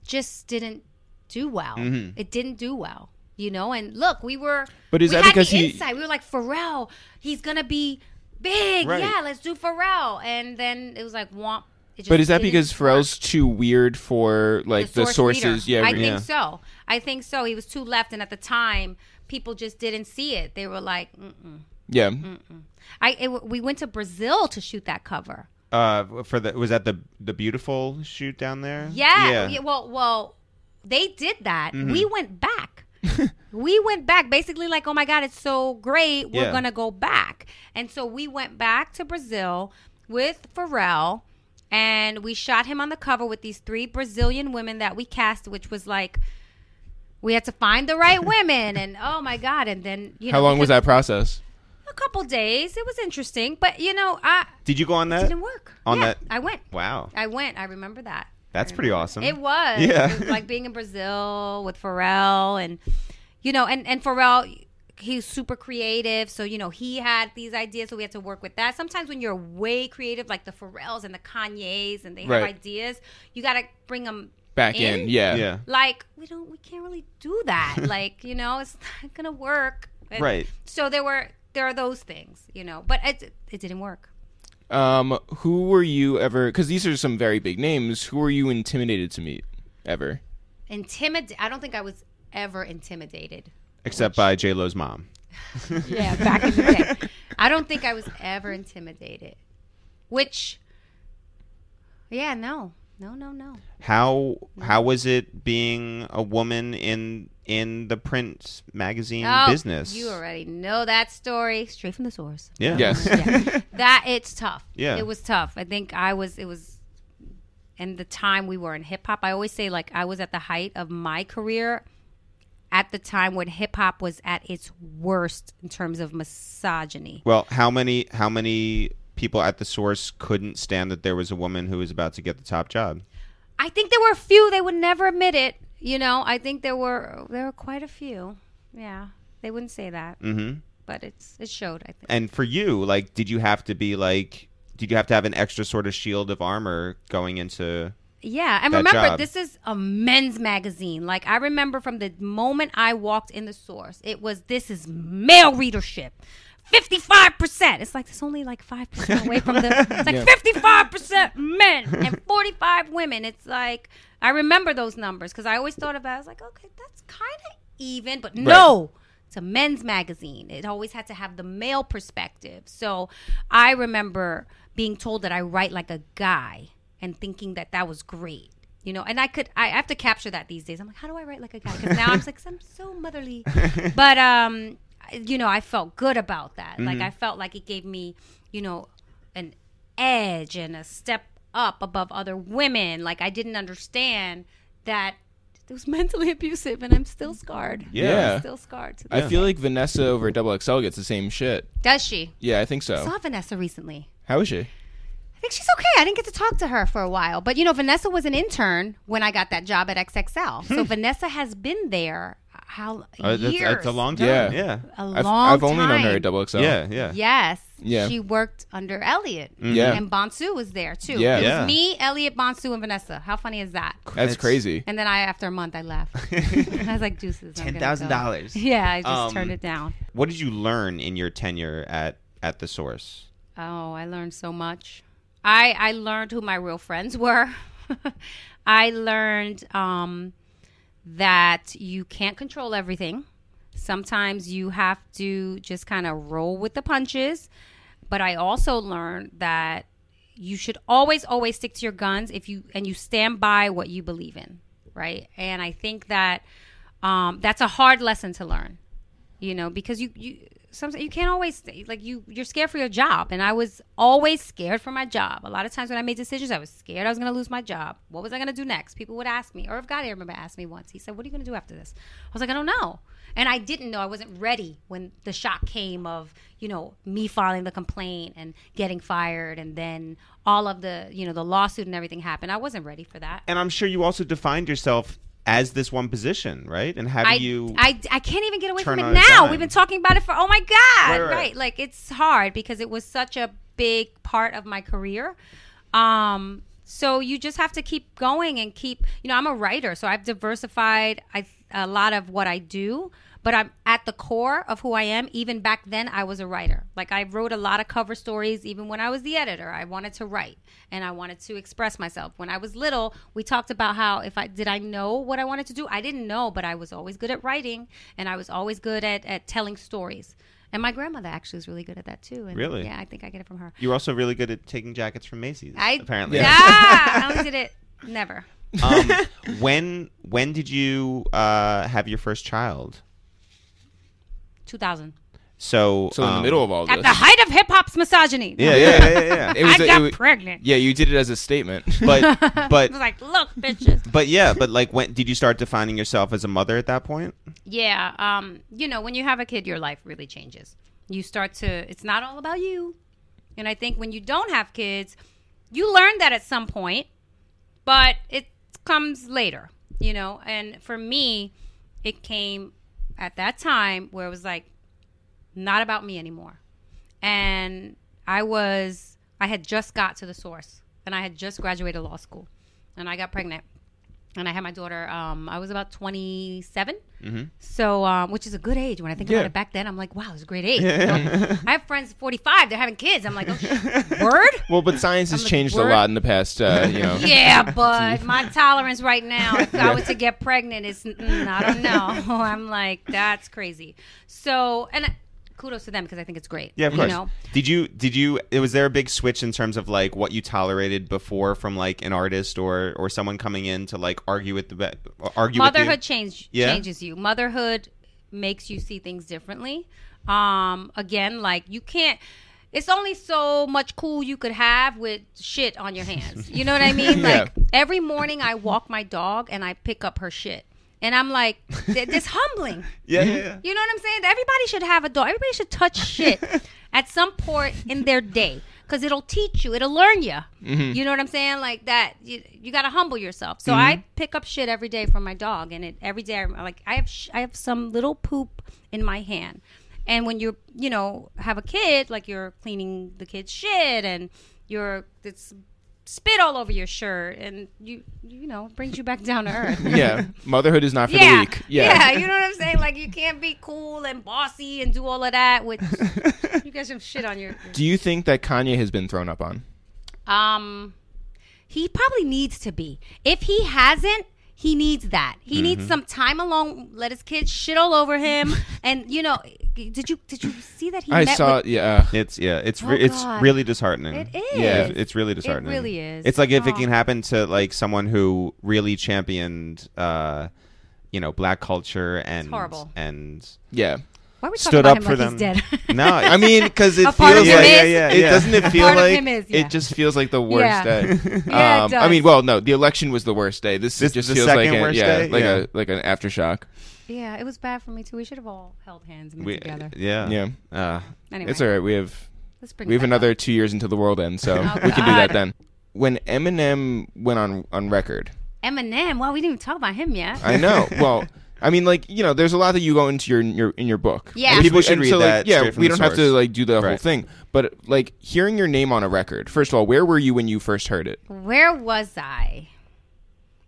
Speaker 3: just didn't do well. It didn't do well. You know, and look, we were.
Speaker 2: Mm-hmm. But is
Speaker 3: we
Speaker 2: that
Speaker 3: had
Speaker 2: because
Speaker 3: the
Speaker 2: he-
Speaker 3: insight? We were like Pharrell. He's gonna be big.
Speaker 1: Right.
Speaker 3: Yeah, let's do Pharrell. And then it was like womp. It just
Speaker 2: But is that
Speaker 3: didn't
Speaker 2: because
Speaker 3: work
Speaker 2: Pharrell's too weird for like the,
Speaker 3: source
Speaker 2: sources?
Speaker 3: leader.
Speaker 2: Yeah,
Speaker 3: I
Speaker 2: re-
Speaker 1: yeah.
Speaker 3: think so. I think so. Mm. He was too left, and at the time, people just didn't see it. They were like, Mm-mm.
Speaker 2: Yeah.
Speaker 3: I it, w- we went to Brazil to shoot that cover.
Speaker 1: Uh, for the was that the the beautiful shoot down there?
Speaker 3: Yeah. yeah, Well, well, they did that. We went back. we went back basically like, "Oh my god, it's so great. We're
Speaker 1: Yeah.
Speaker 3: going to go back." And so we went back to Brazil with Pharrell and we shot him on the cover with these three Brazilian women that we cast which was like we had to find the right women and oh my god and then you know
Speaker 2: How long was
Speaker 3: because-
Speaker 2: that process?
Speaker 3: A couple days. It was interesting, but you know, I
Speaker 1: Did you go on
Speaker 3: it
Speaker 1: that?
Speaker 3: didn't work.
Speaker 1: Uh, on
Speaker 3: Yeah,
Speaker 1: that-
Speaker 3: I went.
Speaker 1: Wow,
Speaker 3: I went. I remember that.
Speaker 1: that's
Speaker 3: I
Speaker 1: pretty
Speaker 3: remember.
Speaker 1: awesome.
Speaker 3: It was.
Speaker 1: Yeah.
Speaker 3: It was like being in Brazil with Pharrell and you know, and and Pharrell he's super creative, so you know, he had these ideas, so we had to work with that. Sometimes when you're way creative like the Pharrells and the Kanyes and they have
Speaker 2: Right.
Speaker 3: ideas, you got to bring them
Speaker 2: Back
Speaker 3: In?
Speaker 2: in, yeah.
Speaker 1: yeah,
Speaker 3: like we don't we can't really do that. like, you know, it's not going to work. And
Speaker 1: Right.
Speaker 3: So there were there are those things, you know, but it it didn't work.
Speaker 2: Um, who were you ever? Because these are some very big names. Who were you intimidated to meet ever?
Speaker 3: Intimidate I don't think I was ever intimidated.
Speaker 1: except by J Lo's mom.
Speaker 3: Yeah, back in the day. I don't think I was ever intimidated. Which, yeah, no, no, no, no.
Speaker 1: How
Speaker 3: Mm-hmm.
Speaker 1: how was it being a woman in in the print magazine business?
Speaker 3: Oh, You already know that story straight from the source.
Speaker 1: yeah.
Speaker 2: Yes.
Speaker 3: Yeah. that it's tough.
Speaker 1: Yeah.
Speaker 3: it was tough. I think I was. It was. And the time we were in hip hop, I always say like I was at the height of my career at the time when hip hop was at its worst in terms of misogyny.
Speaker 1: Well, how many how many people at the source couldn't stand that there was a woman who was about to get the top job?
Speaker 3: I think there were a few. They would never admit it. You know, I think there were there were quite a few. Yeah, they wouldn't say that,
Speaker 1: Mm-hmm.
Speaker 3: but it's it showed. I think.
Speaker 1: And for you, like, did you have to be like? Did you have to have an extra sort of shield of armor going into?
Speaker 3: Yeah, and
Speaker 1: That
Speaker 3: remember,
Speaker 1: job.
Speaker 3: this is a men's magazine. Like I remember from the moment I walked in the source, it was this is male readership. 55%. It's like it's only like 5% away from the it's like
Speaker 2: Yeah.
Speaker 3: 55% men and 45 women. It's like I remember those numbers cuz I always thought about it. I was like, "Okay, that's kind of even, but no." It's a men's magazine. It always had to have the male perspective. So I remember being told that I write like a guy and thinking that that was great. You know, and I could I have to capture that these days. I'm like, how do I write like a guy? Because now I'm like, I'm so motherly. But um, you know, I felt good about that. Like
Speaker 2: Mm-hmm.
Speaker 3: I felt like it gave me, you know, an edge and a step up above other women. Like I didn't understand that it was mentally abusive, and I'm still scarred.
Speaker 2: Yeah.
Speaker 3: I'm still scarred. To
Speaker 2: I feel like Vanessa over at Double XL gets the same shit.
Speaker 3: Does she?
Speaker 2: Yeah, I think so.
Speaker 3: Saw Vanessa recently.
Speaker 2: How is she?
Speaker 3: I think she's okay. I didn't get to talk to her for a while, but you know, Vanessa was an intern when I got that job at XXL.
Speaker 2: Hmm.
Speaker 3: So Vanessa has been there how
Speaker 1: Uh, that's,
Speaker 3: years?
Speaker 1: that's a long time.
Speaker 2: Yeah.
Speaker 1: yeah.
Speaker 3: a long
Speaker 2: I've, I've only known
Speaker 3: time.
Speaker 2: her at Double XL.
Speaker 1: Yeah, yeah.
Speaker 3: Yes.
Speaker 2: Yeah. Mm-hmm.
Speaker 3: She worked under Elliot.
Speaker 2: Yeah.
Speaker 3: And Bonsu was there too.
Speaker 2: Yeah.
Speaker 3: It was
Speaker 1: Yeah.
Speaker 3: me, Elliot, Bonsu, and Vanessa. How funny is that?
Speaker 2: That's
Speaker 1: It's-
Speaker 2: crazy.
Speaker 3: And then I, after a month, I left. I was like, deuces. I'm gonna go.
Speaker 1: $10,000.
Speaker 3: Yeah, I just
Speaker 1: Um,
Speaker 3: turned it down.
Speaker 1: What did you learn in your tenure at at the source?
Speaker 3: Oh, I learned so much. I I learned who my real friends were. I learned um, that you can't control everything. Sometimes you have to just kind of roll with the punches. But I also learned that you should always always stick to your guns if you and you stand by what you believe in, right? And I think that um, that's a hard lesson to learn you know because you you sometimes you can't always stay- like you you're scared for your job and i was always scared for my job a lot of times when i made decisions i was scared i was going to lose my job what was i going to do next people would ask me or if god i remember asked me once he said what are you going to do after this i was like i don't know and i didn't know i wasn't ready when the shock came of you know me filing the complaint and getting fired and then all of the you know the lawsuit and everything happened i wasn't ready for that
Speaker 1: And I'm sure you also defined yourself as this one position, right? And how do
Speaker 3: I,
Speaker 1: you?
Speaker 3: I, I can't even get away
Speaker 1: turn
Speaker 3: from
Speaker 1: on
Speaker 3: it
Speaker 1: a
Speaker 3: now.
Speaker 1: dime?
Speaker 3: We've been talking about it for oh my god,
Speaker 1: Right,
Speaker 3: right,
Speaker 1: right.
Speaker 3: Like it's hard because it was such a big part of my career. Um, so you just have to keep going and keep. You know, I'm a writer, so I've diversified I, a lot of what I do. But I'm at the core of who I am. Even back then, I was a writer. Like I wrote a lot of cover stories. Even when I was the editor, I wanted to write and I wanted to express myself. When I was little, we talked about how if I did I know what I wanted to do, I didn't know, but I was always good at writing and I was always good at, at telling stories. And my grandmother actually is really good at that too. And
Speaker 1: Really?
Speaker 3: Yeah, I think I get it from her.
Speaker 1: You're also really good at taking jackets from Macy's.
Speaker 3: I
Speaker 1: apparently.
Speaker 3: Yeah, I only did it never.
Speaker 1: um, when when did you uh, have your first child?
Speaker 3: 2000.
Speaker 1: So
Speaker 2: So in the
Speaker 1: um,
Speaker 2: middle of all this,
Speaker 3: At the height of hip hop's misogyny.
Speaker 1: Yeah, yeah, yeah, yeah. yeah.
Speaker 2: it was,
Speaker 3: I
Speaker 2: it
Speaker 3: got
Speaker 2: was-
Speaker 3: pregnant.
Speaker 2: yeah, you did it as a statement.
Speaker 1: but
Speaker 3: I was
Speaker 1: but
Speaker 3: like, look, bitches.
Speaker 1: but yeah, but like when did you start defining yourself as a mother at that point?
Speaker 3: Yeah. Um, you know, when you have a kid, your life really changes. You start to, it's not all about you. And I think when you don't have kids, you learn that at some point, but it comes later, you know? And for me, it came at that time where it was like, not about me anymore. And I was, I had just got to the source and I had just graduated law school and I got pregnant and I had my daughter. Um, I was about 27. So, um, which is a good age when I think
Speaker 2: Yeah.
Speaker 3: about it. Back then, I'm like, wow, it's a great age. You know, I have friends 45; they're having kids. I'm like, oh, shit. word.
Speaker 2: well, but science has
Speaker 3: I'm like,
Speaker 2: changed a
Speaker 3: "Word?"
Speaker 2: lot in the past, uh, you know.
Speaker 3: Yeah, but my tolerance right now, if I were to get pregnant, is mm, I don't know. I'm like, that's crazy. So, and uh, kudos to them because I think it's great.
Speaker 2: Mm-hmm.
Speaker 1: Yeah, of course.
Speaker 3: You know?
Speaker 1: Did you did you was there a big switch in terms of like what you tolerated before from like an artist or or someone coming in to like argue with the be- argue
Speaker 3: motherhood
Speaker 1: with you?
Speaker 3: change
Speaker 1: Yeah.
Speaker 3: changes you motherhood makes you see things differently um again like you can't it's only so much cool you could have with shit on your hands you know what i mean
Speaker 2: Yeah.
Speaker 3: like every morning i walk my dog and i pick up her shit and i'm like th- this humbling
Speaker 1: Yeah, yeah, yeah.
Speaker 3: you know what I'm saying? Everybody should have a dog. Everybody should touch shit at some point in their day because it'll teach you. It'll learn you. You know what I'm saying? Like that. You, you got to humble yourself. So I pick up shit every day from my dog, and it every day I'm like I have sh- I have some little poop in my hand, and when you you know have a kid, like you're cleaning the kid's shit and you're it's spit all over your shirt and you you know it brings you back down to earth
Speaker 2: yeah, motherhood is not for the
Speaker 3: yeah.
Speaker 2: weak.
Speaker 3: yeah, you know what I'm saying? Like you can't be cool and bossy and do all of that with you got some shit on your
Speaker 2: Do you think that Kanye has been thrown up on?
Speaker 3: um he probably needs to be. If he hasn't, he needs that. He needs some time alone, let his kids shit all over him and you know did you did you see that he
Speaker 2: I
Speaker 3: met
Speaker 2: saw.
Speaker 3: with
Speaker 2: Yeah. uh,
Speaker 1: It's yeah, it's
Speaker 3: Oh,
Speaker 1: re- it's
Speaker 3: God.
Speaker 1: really disheartening.
Speaker 3: it is.
Speaker 2: Yeah,
Speaker 1: It's- it's really disheartening.
Speaker 3: really is.
Speaker 1: It's like if it
Speaker 3: Oh.
Speaker 1: can happen to like someone who really championed, uh, you know, black culture and
Speaker 3: horrible.
Speaker 1: and
Speaker 2: Yeah.
Speaker 3: Why are we talking
Speaker 1: stood
Speaker 3: about
Speaker 1: up
Speaker 3: him
Speaker 1: for
Speaker 3: like
Speaker 1: them.
Speaker 3: he's dead?
Speaker 1: No,
Speaker 2: I mean, because it
Speaker 3: A part of
Speaker 2: feels
Speaker 3: him
Speaker 2: like
Speaker 3: is.
Speaker 1: yeah, yeah,
Speaker 2: it
Speaker 1: yeah.
Speaker 2: doesn't. It feel
Speaker 3: part of
Speaker 2: like
Speaker 3: him is, yeah.
Speaker 2: it just feels like the worst
Speaker 3: Yeah.
Speaker 2: day. Um,
Speaker 3: Yeah, it
Speaker 2: I mean,
Speaker 3: does.
Speaker 2: well, no, the election was the worst day. This,
Speaker 1: This-
Speaker 2: just
Speaker 1: the
Speaker 2: feels
Speaker 1: second
Speaker 2: like a,
Speaker 1: worst
Speaker 2: yeah,
Speaker 1: day?
Speaker 2: like
Speaker 1: Yeah.
Speaker 2: a like an aftershock.
Speaker 3: yeah, it was bad for me too. We should have all held hands and been
Speaker 1: we,
Speaker 3: together.
Speaker 1: yeah,
Speaker 2: Yeah,
Speaker 1: Uh,
Speaker 3: Anyway,
Speaker 2: it's all right. We have
Speaker 3: let's bring
Speaker 2: we
Speaker 3: it
Speaker 2: have
Speaker 3: back
Speaker 2: another
Speaker 3: up.
Speaker 2: two years until the world ends, so
Speaker 3: Oh,
Speaker 2: we can do
Speaker 3: God.
Speaker 2: that then. When Eminem went on on record,
Speaker 3: Eminem. Wow, we didn't even talk about him yet.
Speaker 2: I know. well, I mean, like you know, there's a lot that you go into your in your in your book.
Speaker 3: Yeah.
Speaker 2: And
Speaker 3: People
Speaker 2: we-
Speaker 1: should
Speaker 2: and
Speaker 1: read
Speaker 2: so, like,
Speaker 1: that
Speaker 2: yeah,
Speaker 1: straight from
Speaker 2: we
Speaker 1: the
Speaker 2: don't have to
Speaker 1: source.
Speaker 2: like do the whole
Speaker 1: Right.
Speaker 2: thing, but like hearing your name on a record. First of all, where were you when you first heard it?
Speaker 3: where was I?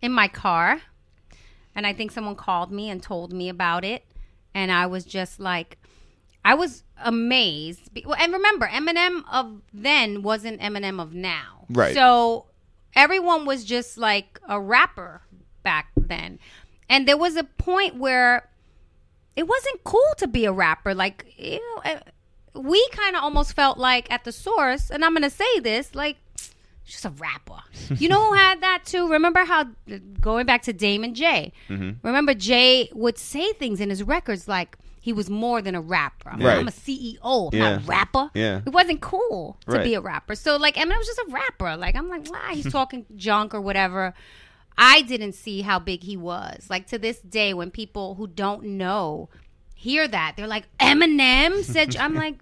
Speaker 3: In my car. And I think someone called me and told me about it. And I was just like, I was amazed. Be- well, And remember, Eminem of then wasn't Eminem of now.
Speaker 2: Right.
Speaker 3: So everyone was just like a rapper back then. And there was a point where it wasn't cool to be a rapper. Like, you know, I- we kind of almost felt like at the source, and I'm going to say this, like, just a rapper. You know who had that too? Remember how, going back to Damon Jay,
Speaker 1: Mm-hmm.
Speaker 3: remember Jay would say things in his records like, he was more than a rapper. I'm,
Speaker 1: Right.
Speaker 3: I'm a CEO, I'm
Speaker 1: Yeah.
Speaker 3: not a rapper.
Speaker 1: Yeah.
Speaker 3: It wasn't cool to
Speaker 1: Right.
Speaker 3: be a rapper. So like Eminem was just a rapper. Like I'm like, wow, he's talking junk or whatever. I didn't see how big he was. Like to this day, when people who don't know hear that, they're like, Eminem said. you-" I'm like,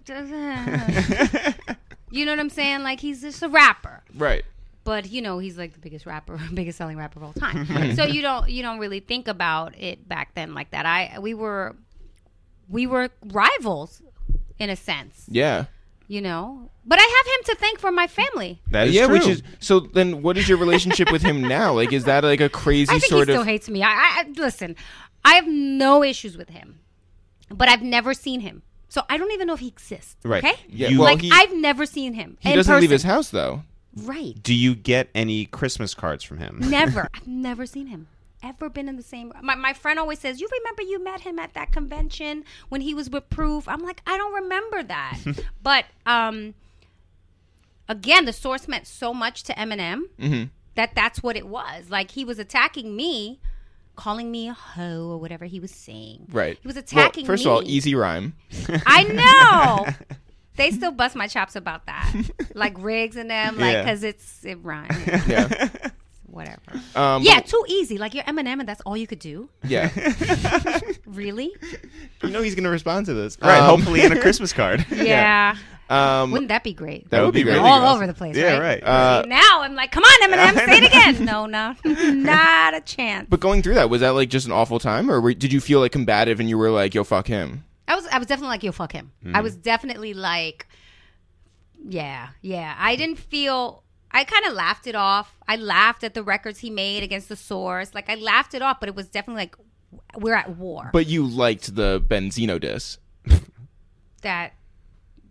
Speaker 3: you know what I'm saying? Like he's just a rapper
Speaker 2: Right.
Speaker 3: but you know he's like the biggest rapper biggest selling rapper of all time so you don't you don't really think about it back then like that i we were we were rivals in a sense
Speaker 2: Yeah.
Speaker 3: you know but i have him to thank for my family
Speaker 1: that is
Speaker 2: yeah,
Speaker 1: true.
Speaker 2: which is so. Then, what is your relationship with him now? Like, is that like a crazy
Speaker 3: i think he
Speaker 2: sort
Speaker 3: still
Speaker 2: of?
Speaker 3: hates me I, I I- listen i have no issues with him but i've never seen him so i don't even know if he exists
Speaker 1: Right.
Speaker 3: okay
Speaker 2: Yeah,
Speaker 1: You-
Speaker 2: well,
Speaker 3: like
Speaker 2: he,
Speaker 3: i've never seen him
Speaker 2: he
Speaker 3: in
Speaker 2: doesn't leave his
Speaker 3: person.
Speaker 2: house though.
Speaker 3: right
Speaker 1: Do you get any Christmas cards from him?
Speaker 3: never i've never seen him ever been in the same my, my friend always says you remember you met him at that convention when he was with proof i'm like i don't remember that but um again the source meant so much to eminem
Speaker 2: Mm-hmm.
Speaker 3: that that's what it was like he was attacking me calling me a hoe or whatever he was saying
Speaker 2: Right.
Speaker 3: he was attacking
Speaker 2: Well, first
Speaker 3: me.
Speaker 2: of all, easy rhyme.
Speaker 3: I know. They still bust my chops about that, like Riggs and them, like
Speaker 1: Yeah.
Speaker 3: because it's it rhymes,
Speaker 2: Yeah.
Speaker 3: whatever.
Speaker 2: Um,
Speaker 3: Yeah, too easy. Like you're Eminem, and that's all you could do.
Speaker 2: but- yeah.
Speaker 3: Really?
Speaker 2: You know he's gonna respond to this,
Speaker 1: Right,
Speaker 2: Um,
Speaker 1: hopefully in a Christmas card.
Speaker 3: Yeah.
Speaker 2: Um,
Speaker 3: Wouldn't that be great?
Speaker 2: that would be great.
Speaker 1: really
Speaker 3: all
Speaker 1: awesome.
Speaker 3: over the place.
Speaker 1: Yeah, right.
Speaker 3: right.
Speaker 2: Uh,
Speaker 3: now I'm like, come on, Eminem,
Speaker 1: I
Speaker 3: say it
Speaker 1: know.
Speaker 3: again. No, no, not a chance.
Speaker 2: but going through that was that like just an awful time, or were, did you feel like combative and you were like, "Yo, fuck him"?
Speaker 3: I was I was definitely like, yo, fuck him. I was
Speaker 1: Mm-hmm.
Speaker 3: definitely like, yeah, yeah. I didn't feel. I kind of laughed it off. I laughed at the records he made against the source. Like I laughed it off, but it was definitely like we're at war.
Speaker 2: But you liked the Benzino diss.
Speaker 3: that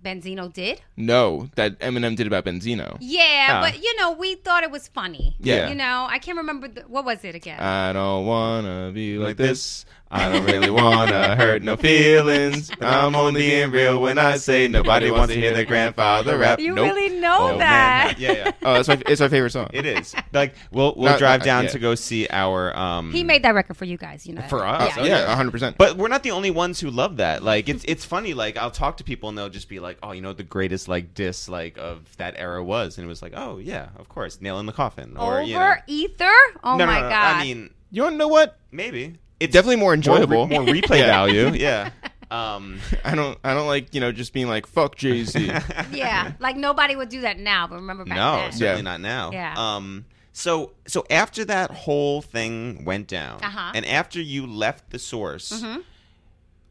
Speaker 3: Benzino did.
Speaker 2: No, that Eminem did about Benzino.
Speaker 3: Yeah,
Speaker 1: Ah.
Speaker 3: but you know, we thought it was funny.
Speaker 2: Yeah.
Speaker 3: You know, I can't remember the, what was it
Speaker 1: Uh,
Speaker 3: again.
Speaker 2: I don't wanna be like
Speaker 1: Like
Speaker 2: this. I don't really wanna hurt no feelings. I'm only being real when I say nobody wants to hear their grandfather rap.
Speaker 3: you
Speaker 2: Nope.
Speaker 3: really know
Speaker 1: Oh, man,
Speaker 3: that.
Speaker 1: yeah, yeah.
Speaker 2: Oh, that's my, it's my favorite song.
Speaker 1: It is like we'll we'll
Speaker 2: Not-
Speaker 1: drive
Speaker 2: not-
Speaker 1: down
Speaker 2: yeah.
Speaker 1: to go see our. Um,
Speaker 3: He made that record for you guys. You know. that.
Speaker 1: For us,
Speaker 3: Yeah.
Speaker 1: oh,
Speaker 2: yeah, 100. percent
Speaker 1: But we're not the only ones who love that. Like it's it's funny. Like I'll talk to people and they'll just be like, "Oh, you know, the greatest like diss like of that era was," and it was like, "Oh yeah, of course, nail in the coffin." Or
Speaker 3: Over
Speaker 1: you know,
Speaker 3: ether. Oh
Speaker 1: no, no,
Speaker 3: my
Speaker 1: no,
Speaker 3: god.
Speaker 1: I mean,
Speaker 2: you wanna know what?
Speaker 1: maybe
Speaker 2: It's definitely more
Speaker 1: More re-
Speaker 2: enjoyable.
Speaker 1: more, replay
Speaker 2: Yeah.
Speaker 1: value. Yeah. Um,
Speaker 2: I don't. I don't like you know just being like fuck Jay Z.
Speaker 3: yeah, like nobody would do that now, but remember back
Speaker 1: no,
Speaker 3: then.
Speaker 1: certainly
Speaker 2: Yeah.
Speaker 1: not now.
Speaker 3: Yeah.
Speaker 1: Um. So so after that whole thing went down,
Speaker 3: Uh-huh.
Speaker 1: and after you left the source.
Speaker 3: Mm-hmm.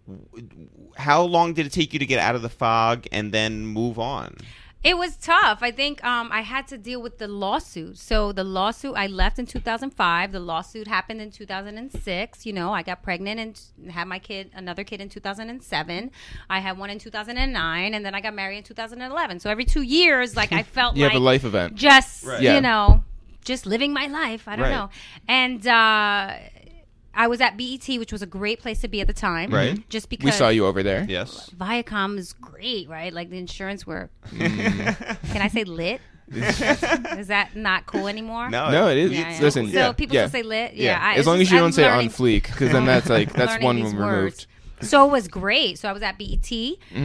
Speaker 1: w- w- How long did it take you to get out of the fog and then move on?
Speaker 3: It was tough. I think um, I had to deal with the lawsuit. So the lawsuit, I left in 2005. The lawsuit happened in 2006. You know, I got pregnant and had my kid, another kid in 2007. I had one in 2009, and then I got married in 2011. So every two years, like I felt
Speaker 2: You
Speaker 3: like
Speaker 2: have a life event.
Speaker 3: just
Speaker 1: Right.
Speaker 2: Yeah.
Speaker 3: you know just living my life i don't
Speaker 1: Right.
Speaker 3: know and uh i was at bet which was a great place to be at the time
Speaker 1: Right.
Speaker 3: just because
Speaker 2: We saw you over there.
Speaker 1: Yes.
Speaker 3: viacom is great right like the insurance were
Speaker 2: Mm.
Speaker 3: can i say lit is that not cool anymore
Speaker 1: No,
Speaker 2: No, it is.
Speaker 3: Yeah, yeah.
Speaker 2: Listen,
Speaker 3: so
Speaker 2: yeah,
Speaker 3: people
Speaker 2: yeah,
Speaker 3: still say lit yeah,
Speaker 2: yeah.
Speaker 3: I-
Speaker 2: as
Speaker 3: it's
Speaker 2: long
Speaker 3: just-
Speaker 2: as you
Speaker 3: I'm
Speaker 2: don't say on
Speaker 3: learning-
Speaker 2: fleek, because then that's like that's
Speaker 3: learning
Speaker 2: one
Speaker 3: these
Speaker 2: removed. Mm-hmm.
Speaker 3: words. So it was great. So I was at BET,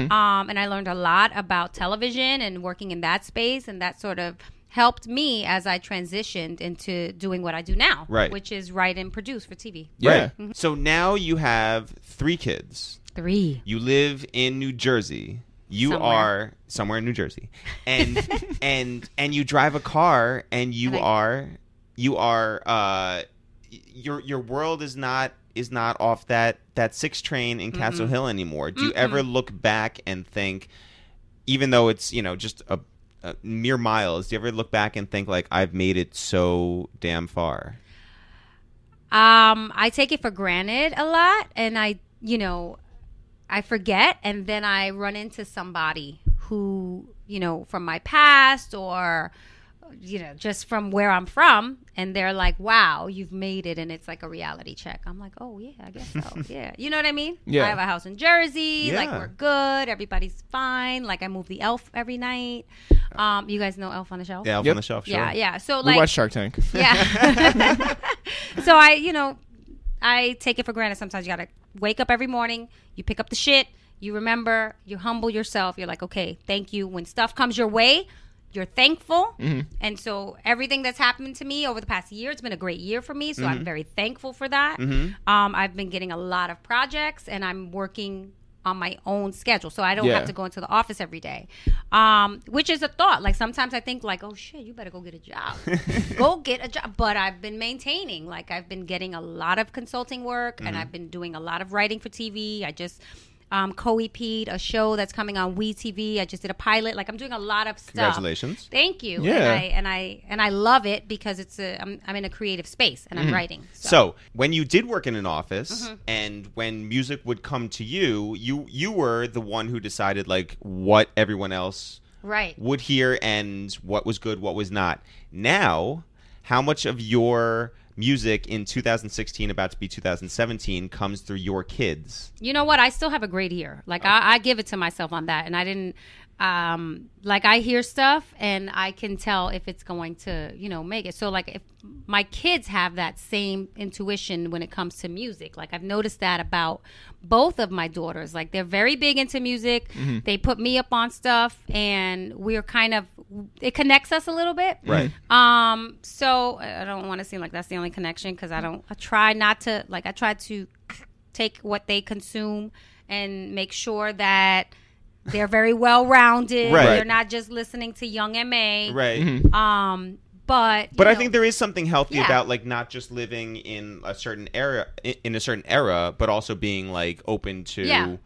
Speaker 3: um, and I learned a lot about television and working in that space, and that sort of helped me as I transitioned into doing what I do now,
Speaker 1: Right.
Speaker 3: Which is write and produce for TV.
Speaker 2: Yeah.
Speaker 3: Mm-hmm.
Speaker 1: Right. So now you have three kids.
Speaker 3: Three.
Speaker 1: You live in New Jersey. You
Speaker 3: Somewhere.
Speaker 1: are somewhere in New Jersey, and and and you drive a car, and you
Speaker 3: And I-
Speaker 1: are you are uh, y- your your world is not is not off that that six train in Castle Hill anymore. Do you ever look back and think, even though it's you know just a, a mere miles, do you ever look back and think like I've made it so damn far?
Speaker 3: Um, I take it for granted a lot, and I, you know, I forget, and then I run into somebody who, you know, from my past or, you know, just from where I'm from, and they're like, "Wow, you've made it," and it's like a reality check. I'm like, "Oh yeah, I guess so. yeah, you know what I mean?
Speaker 2: Yeah.
Speaker 3: I have a house in Jersey. Like
Speaker 1: Yeah.
Speaker 3: we're good. Everybody's fine. Like I move the Elf every night. Um, you guys know Elf on the Shelf.
Speaker 1: Uh, Yeah, off
Speaker 2: Yep.
Speaker 1: on the shelf. Sure.
Speaker 3: yeah, yeah. So
Speaker 2: We
Speaker 3: like,
Speaker 2: watched Shark Tank.
Speaker 3: yeah. so I, you know, I take it for granted. Sometimes you gotta wake up every morning. You pick up the shit. You remember. You humble yourself. You're like, okay, thank you. When stuff comes your way, you're thankful. And so everything that's happened to me over the past year, it's been a great year for me. So I'm very thankful for that. Um, I've been getting a lot of projects, and I'm working on my own schedule, so I don't
Speaker 2: Yeah.
Speaker 3: have to go into the office every day. Um, which is a thought. Like sometimes I think like, oh shit, you better go get a job. go get a job. But I've been maintaining. Like I've been getting a lot of consulting work
Speaker 1: Mm-hmm.
Speaker 3: and I've been doing a lot of writing for TV. I just um, co-EP'd a show that's coming on We TV. I just did a pilot. Like I'm doing a lot of stuff.
Speaker 1: Congratulations.
Speaker 3: Thank you.
Speaker 2: Yeah.
Speaker 3: And I and I and I love it because it's a I'm, I'm in a creative space and I'm writing.
Speaker 1: Mm-hmm. So when you did work in an office and when music would come to you, you you were the one who decided like what everyone else
Speaker 3: right.
Speaker 1: would hear and what was good, what was not. Now, how much of your music in 2016, about to be 2017, comes through your kids.
Speaker 3: You know what? I still have a great ear. Like I, I give it to myself on that, and I didn't. Um, like I hear stuff, and I can tell if it's going to, you know, make it. So like, if my kids have that same intuition when it comes to music, like I've noticed that about both of my daughters. Like they're very big into music. They put me up on stuff, and we're kind of it connects us a little bit.
Speaker 1: Right.
Speaker 3: Um, so I I don't want to seem like that's the only connection because I don't. I try not to like. I try to take what they consume and make sure that they're very well rounded.
Speaker 1: Right.
Speaker 3: They're not just listening to Young Ma.
Speaker 1: Right.
Speaker 3: Um, but you
Speaker 1: But I
Speaker 3: know,
Speaker 1: think there is something healthy
Speaker 3: Yeah.
Speaker 1: about like not just living in a certain era i- in a certain era, but also being like open to
Speaker 3: Yeah.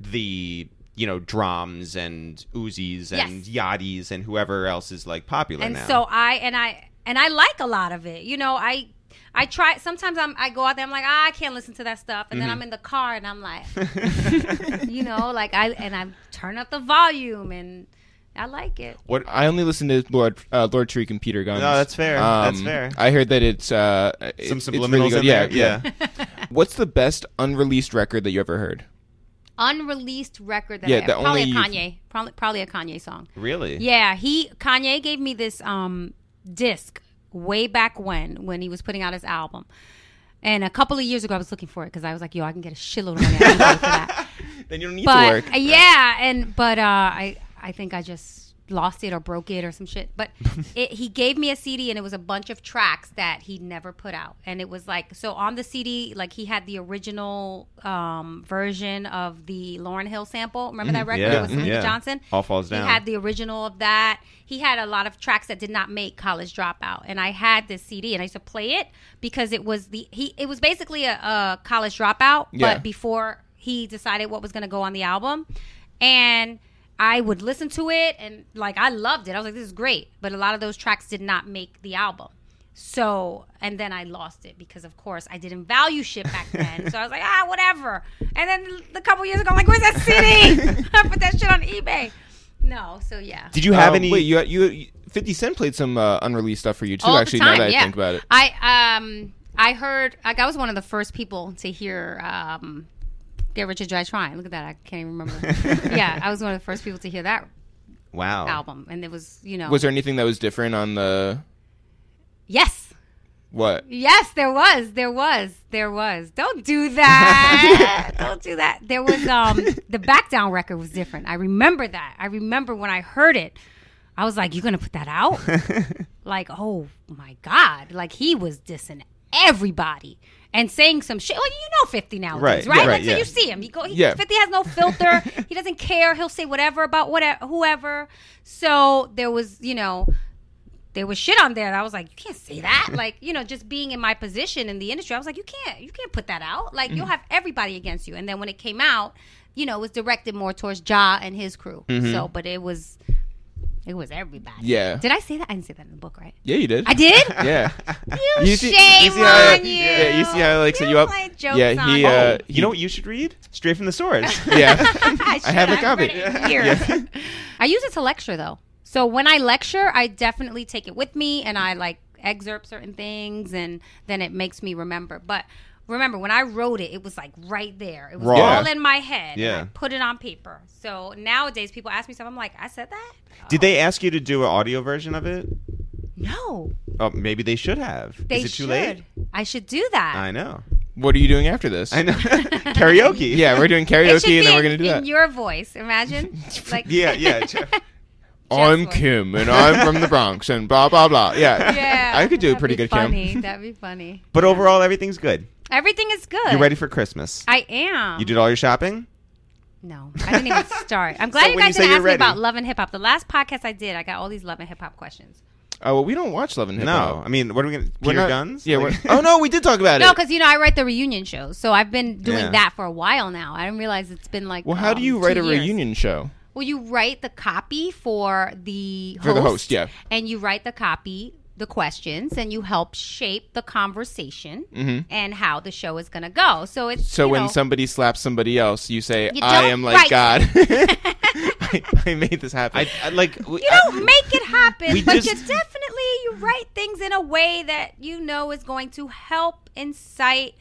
Speaker 1: the you know drums and Uzis and
Speaker 3: Yes.
Speaker 1: Yachties and whoever else is like popular
Speaker 3: and
Speaker 1: now.
Speaker 3: so I and I and I like a lot of it. You know, I I try. Sometimes I'm I go out there. I'm like, ah, I can't listen to that stuff,
Speaker 1: Mm-hmm.
Speaker 3: and then I'm in the car and I'm like, you know, like I and I turn up the volume and I like it.
Speaker 1: what
Speaker 2: I only listen to Lord uh, Lord Tariq and Peter Guns.
Speaker 1: No, that's fair. That's fair.
Speaker 2: I heard that it's uh, it-
Speaker 1: some
Speaker 2: it's
Speaker 1: subliminals
Speaker 2: really good.
Speaker 1: in
Speaker 2: yeah,
Speaker 1: there? Yeah.
Speaker 2: yeah. What's the best unreleased record that you ever heard?
Speaker 3: Unreleased record that
Speaker 2: Yeah,
Speaker 3: I
Speaker 2: the
Speaker 3: probably
Speaker 2: only-
Speaker 3: a Kanye, probably probably a Kanye song.
Speaker 1: really?
Speaker 3: Yeah, he Kanye gave me this um disc way back when when he was putting out his album. And a couple of years ago, I was looking for it because I was like, "Yo, I can get a shitload of money out of Kanye for that."
Speaker 2: Then you don't need
Speaker 3: But
Speaker 2: to work.
Speaker 3: yeah, and but uh, I I think I just lost it or broke it or some shit. But it, he gave me a CD and it was a bunch of tracks that he never put out, and it was like so on the CD, like he had the original um, version of the Lauren Hill sample. Remember that record
Speaker 1: Mm-hmm. Yeah,
Speaker 3: with Selena
Speaker 1: yeah.
Speaker 3: Johnson?
Speaker 1: All falls down.
Speaker 3: He had the original of that. He had a lot of tracks that did not make College Dropout, and I had this CD, and I used to play it because it was the he. It was basically a, a College Dropout,
Speaker 2: Yeah.
Speaker 3: but before he decided what was going to go on the album, and I would listen to it, and like I loved it. I was like, this is great, but a lot of those tracks did not make the album. So, and then I lost it because, of course, I didn't value shit back then. so I was like, ah, whatever. And then a couple years ago, I'm like, where's that CD? I put that shit on eBay. No, so yeah.
Speaker 1: Did you have
Speaker 2: Um,
Speaker 1: any?
Speaker 2: Wait, you, you Fifty Cent played some uh, unreleased stuff for you too. actually, now that I think about it,
Speaker 3: I um I heard like I was one of the first people to hear um Dear Richard Dry Trying. Look at that, I can't even remember. yeah, I was one of the first people to hear that
Speaker 1: wow.
Speaker 3: album, and it was you know
Speaker 2: was there anything that was different on the
Speaker 3: yes.
Speaker 2: what?
Speaker 3: Yes, there was. There was. There was. Don't do that. Don't do that. There was um the back down record was different. I remember that. I remember when I heard it. I was like, You're gonna put that out? like, oh my God. Like he was dissing everybody and saying some shit. Well, you know fifty nowadays,
Speaker 1: Right, yeah,
Speaker 3: right? like
Speaker 1: right,
Speaker 3: so
Speaker 1: yeah.
Speaker 3: you see him. He go he,
Speaker 2: Yeah.
Speaker 3: fifty has no filter. he doesn't care. He'll say whatever about whatever whoever. So there was, you know, there was shit on there that I was like, you can't say that. like, you know, just being in my position in the industry, I was like, you can't, you can't put that out. Like,
Speaker 2: Mm-hmm.
Speaker 3: you'll have everybody against you. And then when it came out, you know, it was directed more towards Ja and his crew. So, but it was, it was everybody.
Speaker 2: Mm-hmm. Yeah.
Speaker 3: Did I say that? I didn't say that in the book, right?
Speaker 2: Yeah, you did.
Speaker 3: I did.
Speaker 2: yeah.
Speaker 3: You,
Speaker 2: you
Speaker 3: shame
Speaker 2: see
Speaker 3: on
Speaker 2: how I-
Speaker 3: you.
Speaker 2: Yeah, you see how I like set
Speaker 3: You
Speaker 2: you up.
Speaker 3: played jokes
Speaker 2: yeah, he.
Speaker 3: on
Speaker 2: Uh,
Speaker 1: Oh, you know what you should read? Straight from the source.
Speaker 2: yeah.
Speaker 3: I, should
Speaker 2: have a
Speaker 3: I've
Speaker 2: copy.
Speaker 3: read it in years. I use it to lecture though. So when I lecture, I definitely take it with me and I like excerpt certain things and then it makes me remember. But remember when I wrote it, it was like right there. It was
Speaker 1: Raw.
Speaker 3: all in my head. and
Speaker 1: Yeah.
Speaker 3: I put it on paper. So nowadays people ask me something I'm like, I said that?
Speaker 1: Did they ask you to do an audio version of it?
Speaker 3: No.
Speaker 1: Oh, maybe they should have.
Speaker 3: They
Speaker 1: Is it too
Speaker 3: should.
Speaker 1: late?
Speaker 3: I should do that.
Speaker 1: I know.
Speaker 2: what are you doing after this?
Speaker 1: I know. Karaoke.
Speaker 2: Yeah, we're doing
Speaker 3: It should
Speaker 2: karaoke, and
Speaker 3: be
Speaker 2: then we're
Speaker 3: in-
Speaker 2: gonna do that.
Speaker 3: in your voice. Imagine, like
Speaker 1: Yeah. Yeah. Jeff-
Speaker 2: I'm
Speaker 3: Just like-
Speaker 2: Kim, and I'm from the Bronx, and blah blah blah. Yeah,
Speaker 3: yeah.
Speaker 2: I could do a
Speaker 3: That'd
Speaker 2: pretty
Speaker 3: be
Speaker 2: good
Speaker 3: funny.
Speaker 2: Kim.
Speaker 3: That'd be funny.
Speaker 1: But overall, everything's good.
Speaker 3: Everything is good.
Speaker 1: You're ready for Christmas.
Speaker 3: I am.
Speaker 1: You did all your shopping?
Speaker 3: No, I didn't even start. I'm glad
Speaker 1: So
Speaker 3: you
Speaker 1: when you
Speaker 3: guys
Speaker 1: say
Speaker 3: didn't
Speaker 1: you're
Speaker 3: ask me
Speaker 1: ready-
Speaker 3: about love and hip hop. The last podcast I did, I got all these love and hip hop questions.
Speaker 2: Oh well, we don't watch Love and Hip
Speaker 1: No.
Speaker 2: Hop.
Speaker 1: I mean, what are we going to. Peter
Speaker 2: we're not,
Speaker 1: Guns?
Speaker 2: Yeah.
Speaker 1: Like-
Speaker 2: we're- oh no, we did talk about
Speaker 3: No,
Speaker 2: it.
Speaker 3: because you know I write the reunion shows, so I've been doing
Speaker 1: Yeah.
Speaker 3: that for a while now. I didn't realize it's been like.
Speaker 2: Well, how do
Speaker 3: um,
Speaker 2: you write
Speaker 3: two
Speaker 2: a
Speaker 3: years.
Speaker 2: reunion show?
Speaker 3: Well, you write the copy for the host,
Speaker 2: For the host, yeah.
Speaker 3: and you write the copy, the questions, and you help shape the conversation and how the show is going to go. So it's
Speaker 2: Mm-hmm. So
Speaker 3: you
Speaker 2: when
Speaker 3: know,
Speaker 2: somebody slaps somebody else, you say,
Speaker 3: You
Speaker 2: "I
Speaker 3: don't
Speaker 2: am like
Speaker 3: write-
Speaker 2: God." I, I made this happen.
Speaker 1: I, I like. we-
Speaker 3: you
Speaker 1: I-
Speaker 3: don't make it happen,
Speaker 1: We
Speaker 3: but
Speaker 1: just-
Speaker 3: you definitely you write things in a way that you know is going to help incite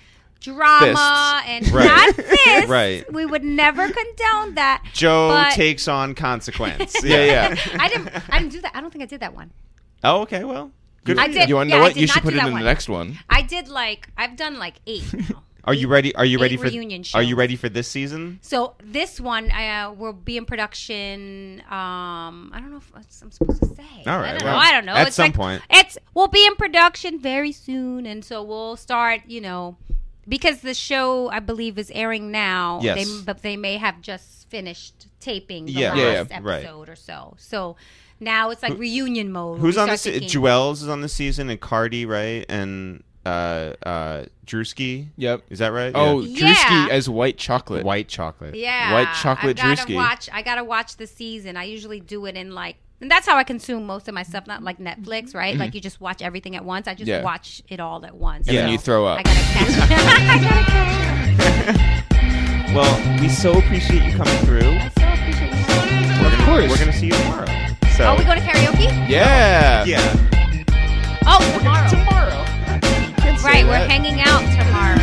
Speaker 3: drama
Speaker 1: Fists.
Speaker 3: and
Speaker 1: Right.
Speaker 3: not fists.
Speaker 1: Right.
Speaker 3: We would never condone that.
Speaker 1: Joe
Speaker 3: But-
Speaker 1: takes on consequence.
Speaker 2: Yeah, yeah.
Speaker 3: I didn't. I didn't do that. I don't think I did that one.
Speaker 1: Oh, okay. Well, good.
Speaker 3: I
Speaker 1: for you.
Speaker 3: did-
Speaker 2: you want to
Speaker 3: yeah,
Speaker 2: know
Speaker 3: I
Speaker 2: what?
Speaker 3: did
Speaker 2: You should
Speaker 3: not
Speaker 2: put
Speaker 3: do
Speaker 2: it
Speaker 3: that
Speaker 2: in
Speaker 3: one.
Speaker 2: the next one.
Speaker 3: I did like I've done like eight. now.
Speaker 1: Are you ready? Are you ready
Speaker 3: Eight
Speaker 1: for
Speaker 3: reunion
Speaker 1: Are you
Speaker 3: shows.
Speaker 1: ready for this season?
Speaker 3: So this one uh, will be in production. Um, I don't know if that's- I'm supposed to say.
Speaker 1: All right,
Speaker 3: I don't
Speaker 1: well,
Speaker 3: know. I don't know.
Speaker 1: at
Speaker 3: it's
Speaker 1: some
Speaker 3: like,
Speaker 1: point.
Speaker 3: it's will be in production very soon, and so we'll start. You know, because the show I believe is airing now.
Speaker 1: Yes.
Speaker 3: They, but they may have just finished taping the
Speaker 1: Yeah.
Speaker 3: last
Speaker 2: Yeah,
Speaker 1: yeah, right.
Speaker 3: episode or so. So now it's like reunion mode.
Speaker 1: Who's
Speaker 3: We
Speaker 1: on the
Speaker 3: start
Speaker 1: se-
Speaker 3: thinking-
Speaker 1: Jewels is on the season and Cardi, right? And uh uh Drewski.
Speaker 2: Yep.
Speaker 1: Is that right?
Speaker 2: Oh,
Speaker 1: Yeah.
Speaker 3: Yeah.
Speaker 2: Drewski
Speaker 3: Yeah.
Speaker 2: as white chocolate.
Speaker 1: white chocolate.
Speaker 3: Yeah,
Speaker 2: White chocolate
Speaker 3: I gotta
Speaker 2: Drewski.
Speaker 3: Watch, I gotta watch the season. I usually do it in like, and that's how I consume most of my stuff. Not like Netflix, right? Like you just watch everything at once. I just
Speaker 2: Mm-hmm. Yeah.
Speaker 3: watch it all at once.
Speaker 2: And
Speaker 1: then
Speaker 3: So
Speaker 2: you throw up.
Speaker 3: I gotta catch. I gotta catch.
Speaker 1: Well, we so appreciate you coming through.
Speaker 3: I so appreciate you. having me.
Speaker 1: We're gonna,
Speaker 2: course.
Speaker 1: We're gonna see you tomorrow. So
Speaker 3: Oh, we go to karaoke?
Speaker 2: Yeah.
Speaker 1: yeah.
Speaker 3: Oh, tomorrow.
Speaker 2: Tomorrow.
Speaker 3: right, we're hanging out tomorrow.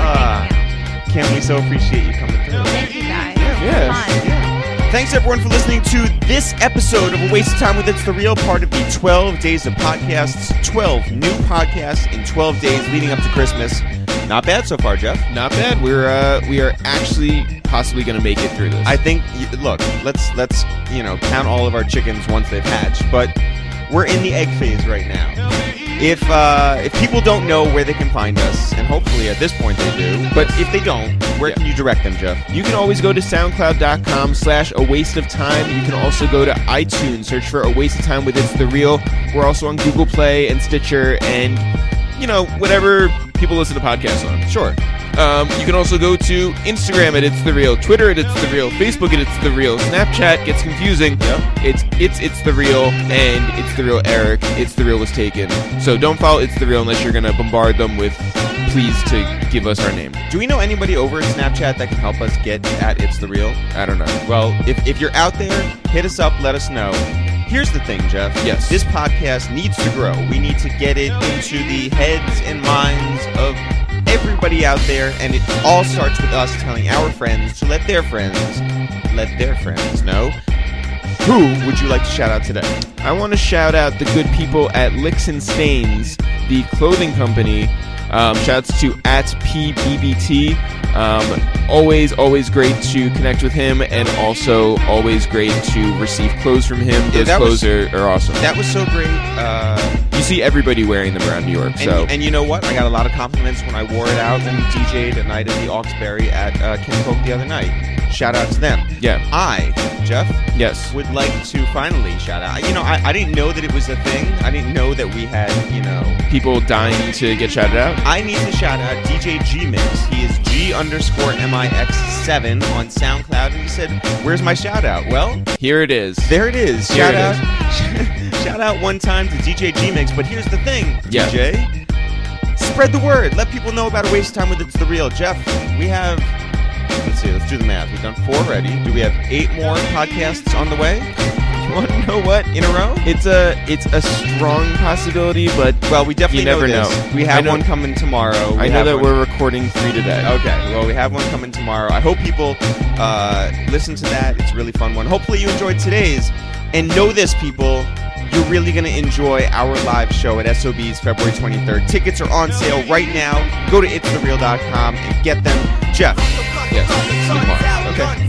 Speaker 1: Uh,
Speaker 3: Yeah.
Speaker 1: Kim, we so appreciate you coming through.
Speaker 3: Thank you guys.
Speaker 2: Yes.
Speaker 3: Fun.
Speaker 1: Thanks everyone for listening to this episode of A Waste of Time with It's the Real, part of the 12 days of podcasts, 12 new podcasts in 12 days leading up to Christmas. Not bad so far, Jeff.
Speaker 2: Not bad. We're uh, we are actually possibly gonna make it through this.
Speaker 1: I think y- look, let's let's, you know, count all of our chickens once they've hatched, but we're in the egg phase right now. If uh, if people don't know where they can find us, and hopefully at this point they do, but if they don't, where
Speaker 2: Yeah.
Speaker 1: can you direct them, Jeff?
Speaker 2: You can always go to soundcloud.com slash a waste of time. You can also go to iTunes, search for a waste of time with It's the Real. We're also on Google Play and Stitcher and, you know, whatever people listen to podcasts on. Sure. Um, you can also go to Instagram at It's the Real, Twitter at It's the Real, Facebook at It's the Real, Snapchat gets confusing.
Speaker 1: Yep.
Speaker 2: It's it's it's the real and it's the real Eric. It's the real was taken. So don't follow It's the Real unless you're gonna bombard them with please to give us our name.
Speaker 1: Do we know anybody over at Snapchat that can help us get at It's the Real?
Speaker 2: I don't know.
Speaker 1: Well, if, if you're out there, hit us up, let us know. Here's the thing, Jeff.
Speaker 2: Yes.
Speaker 1: This podcast needs to grow. We need to get it into the heads and minds of everybody out there, and it all starts with us telling our friends to let their friends, let their friends know. Who would you like to shout out today?
Speaker 2: I want to shout out the good people at Licks and Stains, the clothing company. Um, shouts to at PBBT. Um, always, always great to connect with him, and also always great to receive clothes from him. Those
Speaker 1: that
Speaker 2: clothes
Speaker 1: was-
Speaker 2: are, are awesome.
Speaker 1: That was so great. Uh,
Speaker 2: you see everybody wearing them around New York.
Speaker 1: And,
Speaker 2: So
Speaker 1: and you know what? I got a lot of compliments when I wore it out when we DJ'd a night at the Oxbury at uh, Kinfolk the other night. Shout out to them.
Speaker 2: Yeah.
Speaker 1: I, Jeff,
Speaker 2: yes,
Speaker 1: would like to finally shout out. You know, I, I didn't know that it was a thing. I didn't know that we had, you know.
Speaker 2: people dying to get shouted out.
Speaker 1: I need to shout out DJ G Mix. He is G underscore MIX7 on SoundCloud. And he said, Where's my shout out? Well,
Speaker 2: Here it is.
Speaker 1: there it is.
Speaker 2: Here
Speaker 1: Shout
Speaker 2: it
Speaker 1: out,
Speaker 2: is.
Speaker 1: shout out one time to DJ G Mix. But here's the thing,
Speaker 2: Yeah.
Speaker 1: DJ. Spread the word. Let people know about a waste of time with it's the real. Jeff, we have. Let's see. Let's do the math. We've done four already. Do we have eight more podcasts on the way? You want to know what in a row?
Speaker 2: It's a it's a strong possibility, but
Speaker 1: Well, we definitely
Speaker 2: You never
Speaker 1: know. this.
Speaker 2: know.
Speaker 1: We
Speaker 2: I
Speaker 1: have
Speaker 2: know-
Speaker 1: one coming tomorrow. We
Speaker 2: I know
Speaker 1: have
Speaker 2: that
Speaker 1: one-
Speaker 2: we're recording three today.
Speaker 1: Okay, well, we have one coming tomorrow. I hope people uh, listen to that. It's a really fun one. Hopefully, you enjoyed today's. And know this, people, you're really going to enjoy our live show at SOB's February 23rd. Tickets are on sale right now. Go to itsthereal.com and get them. Jeff,
Speaker 2: Yes. Tomorrow.
Speaker 1: okay?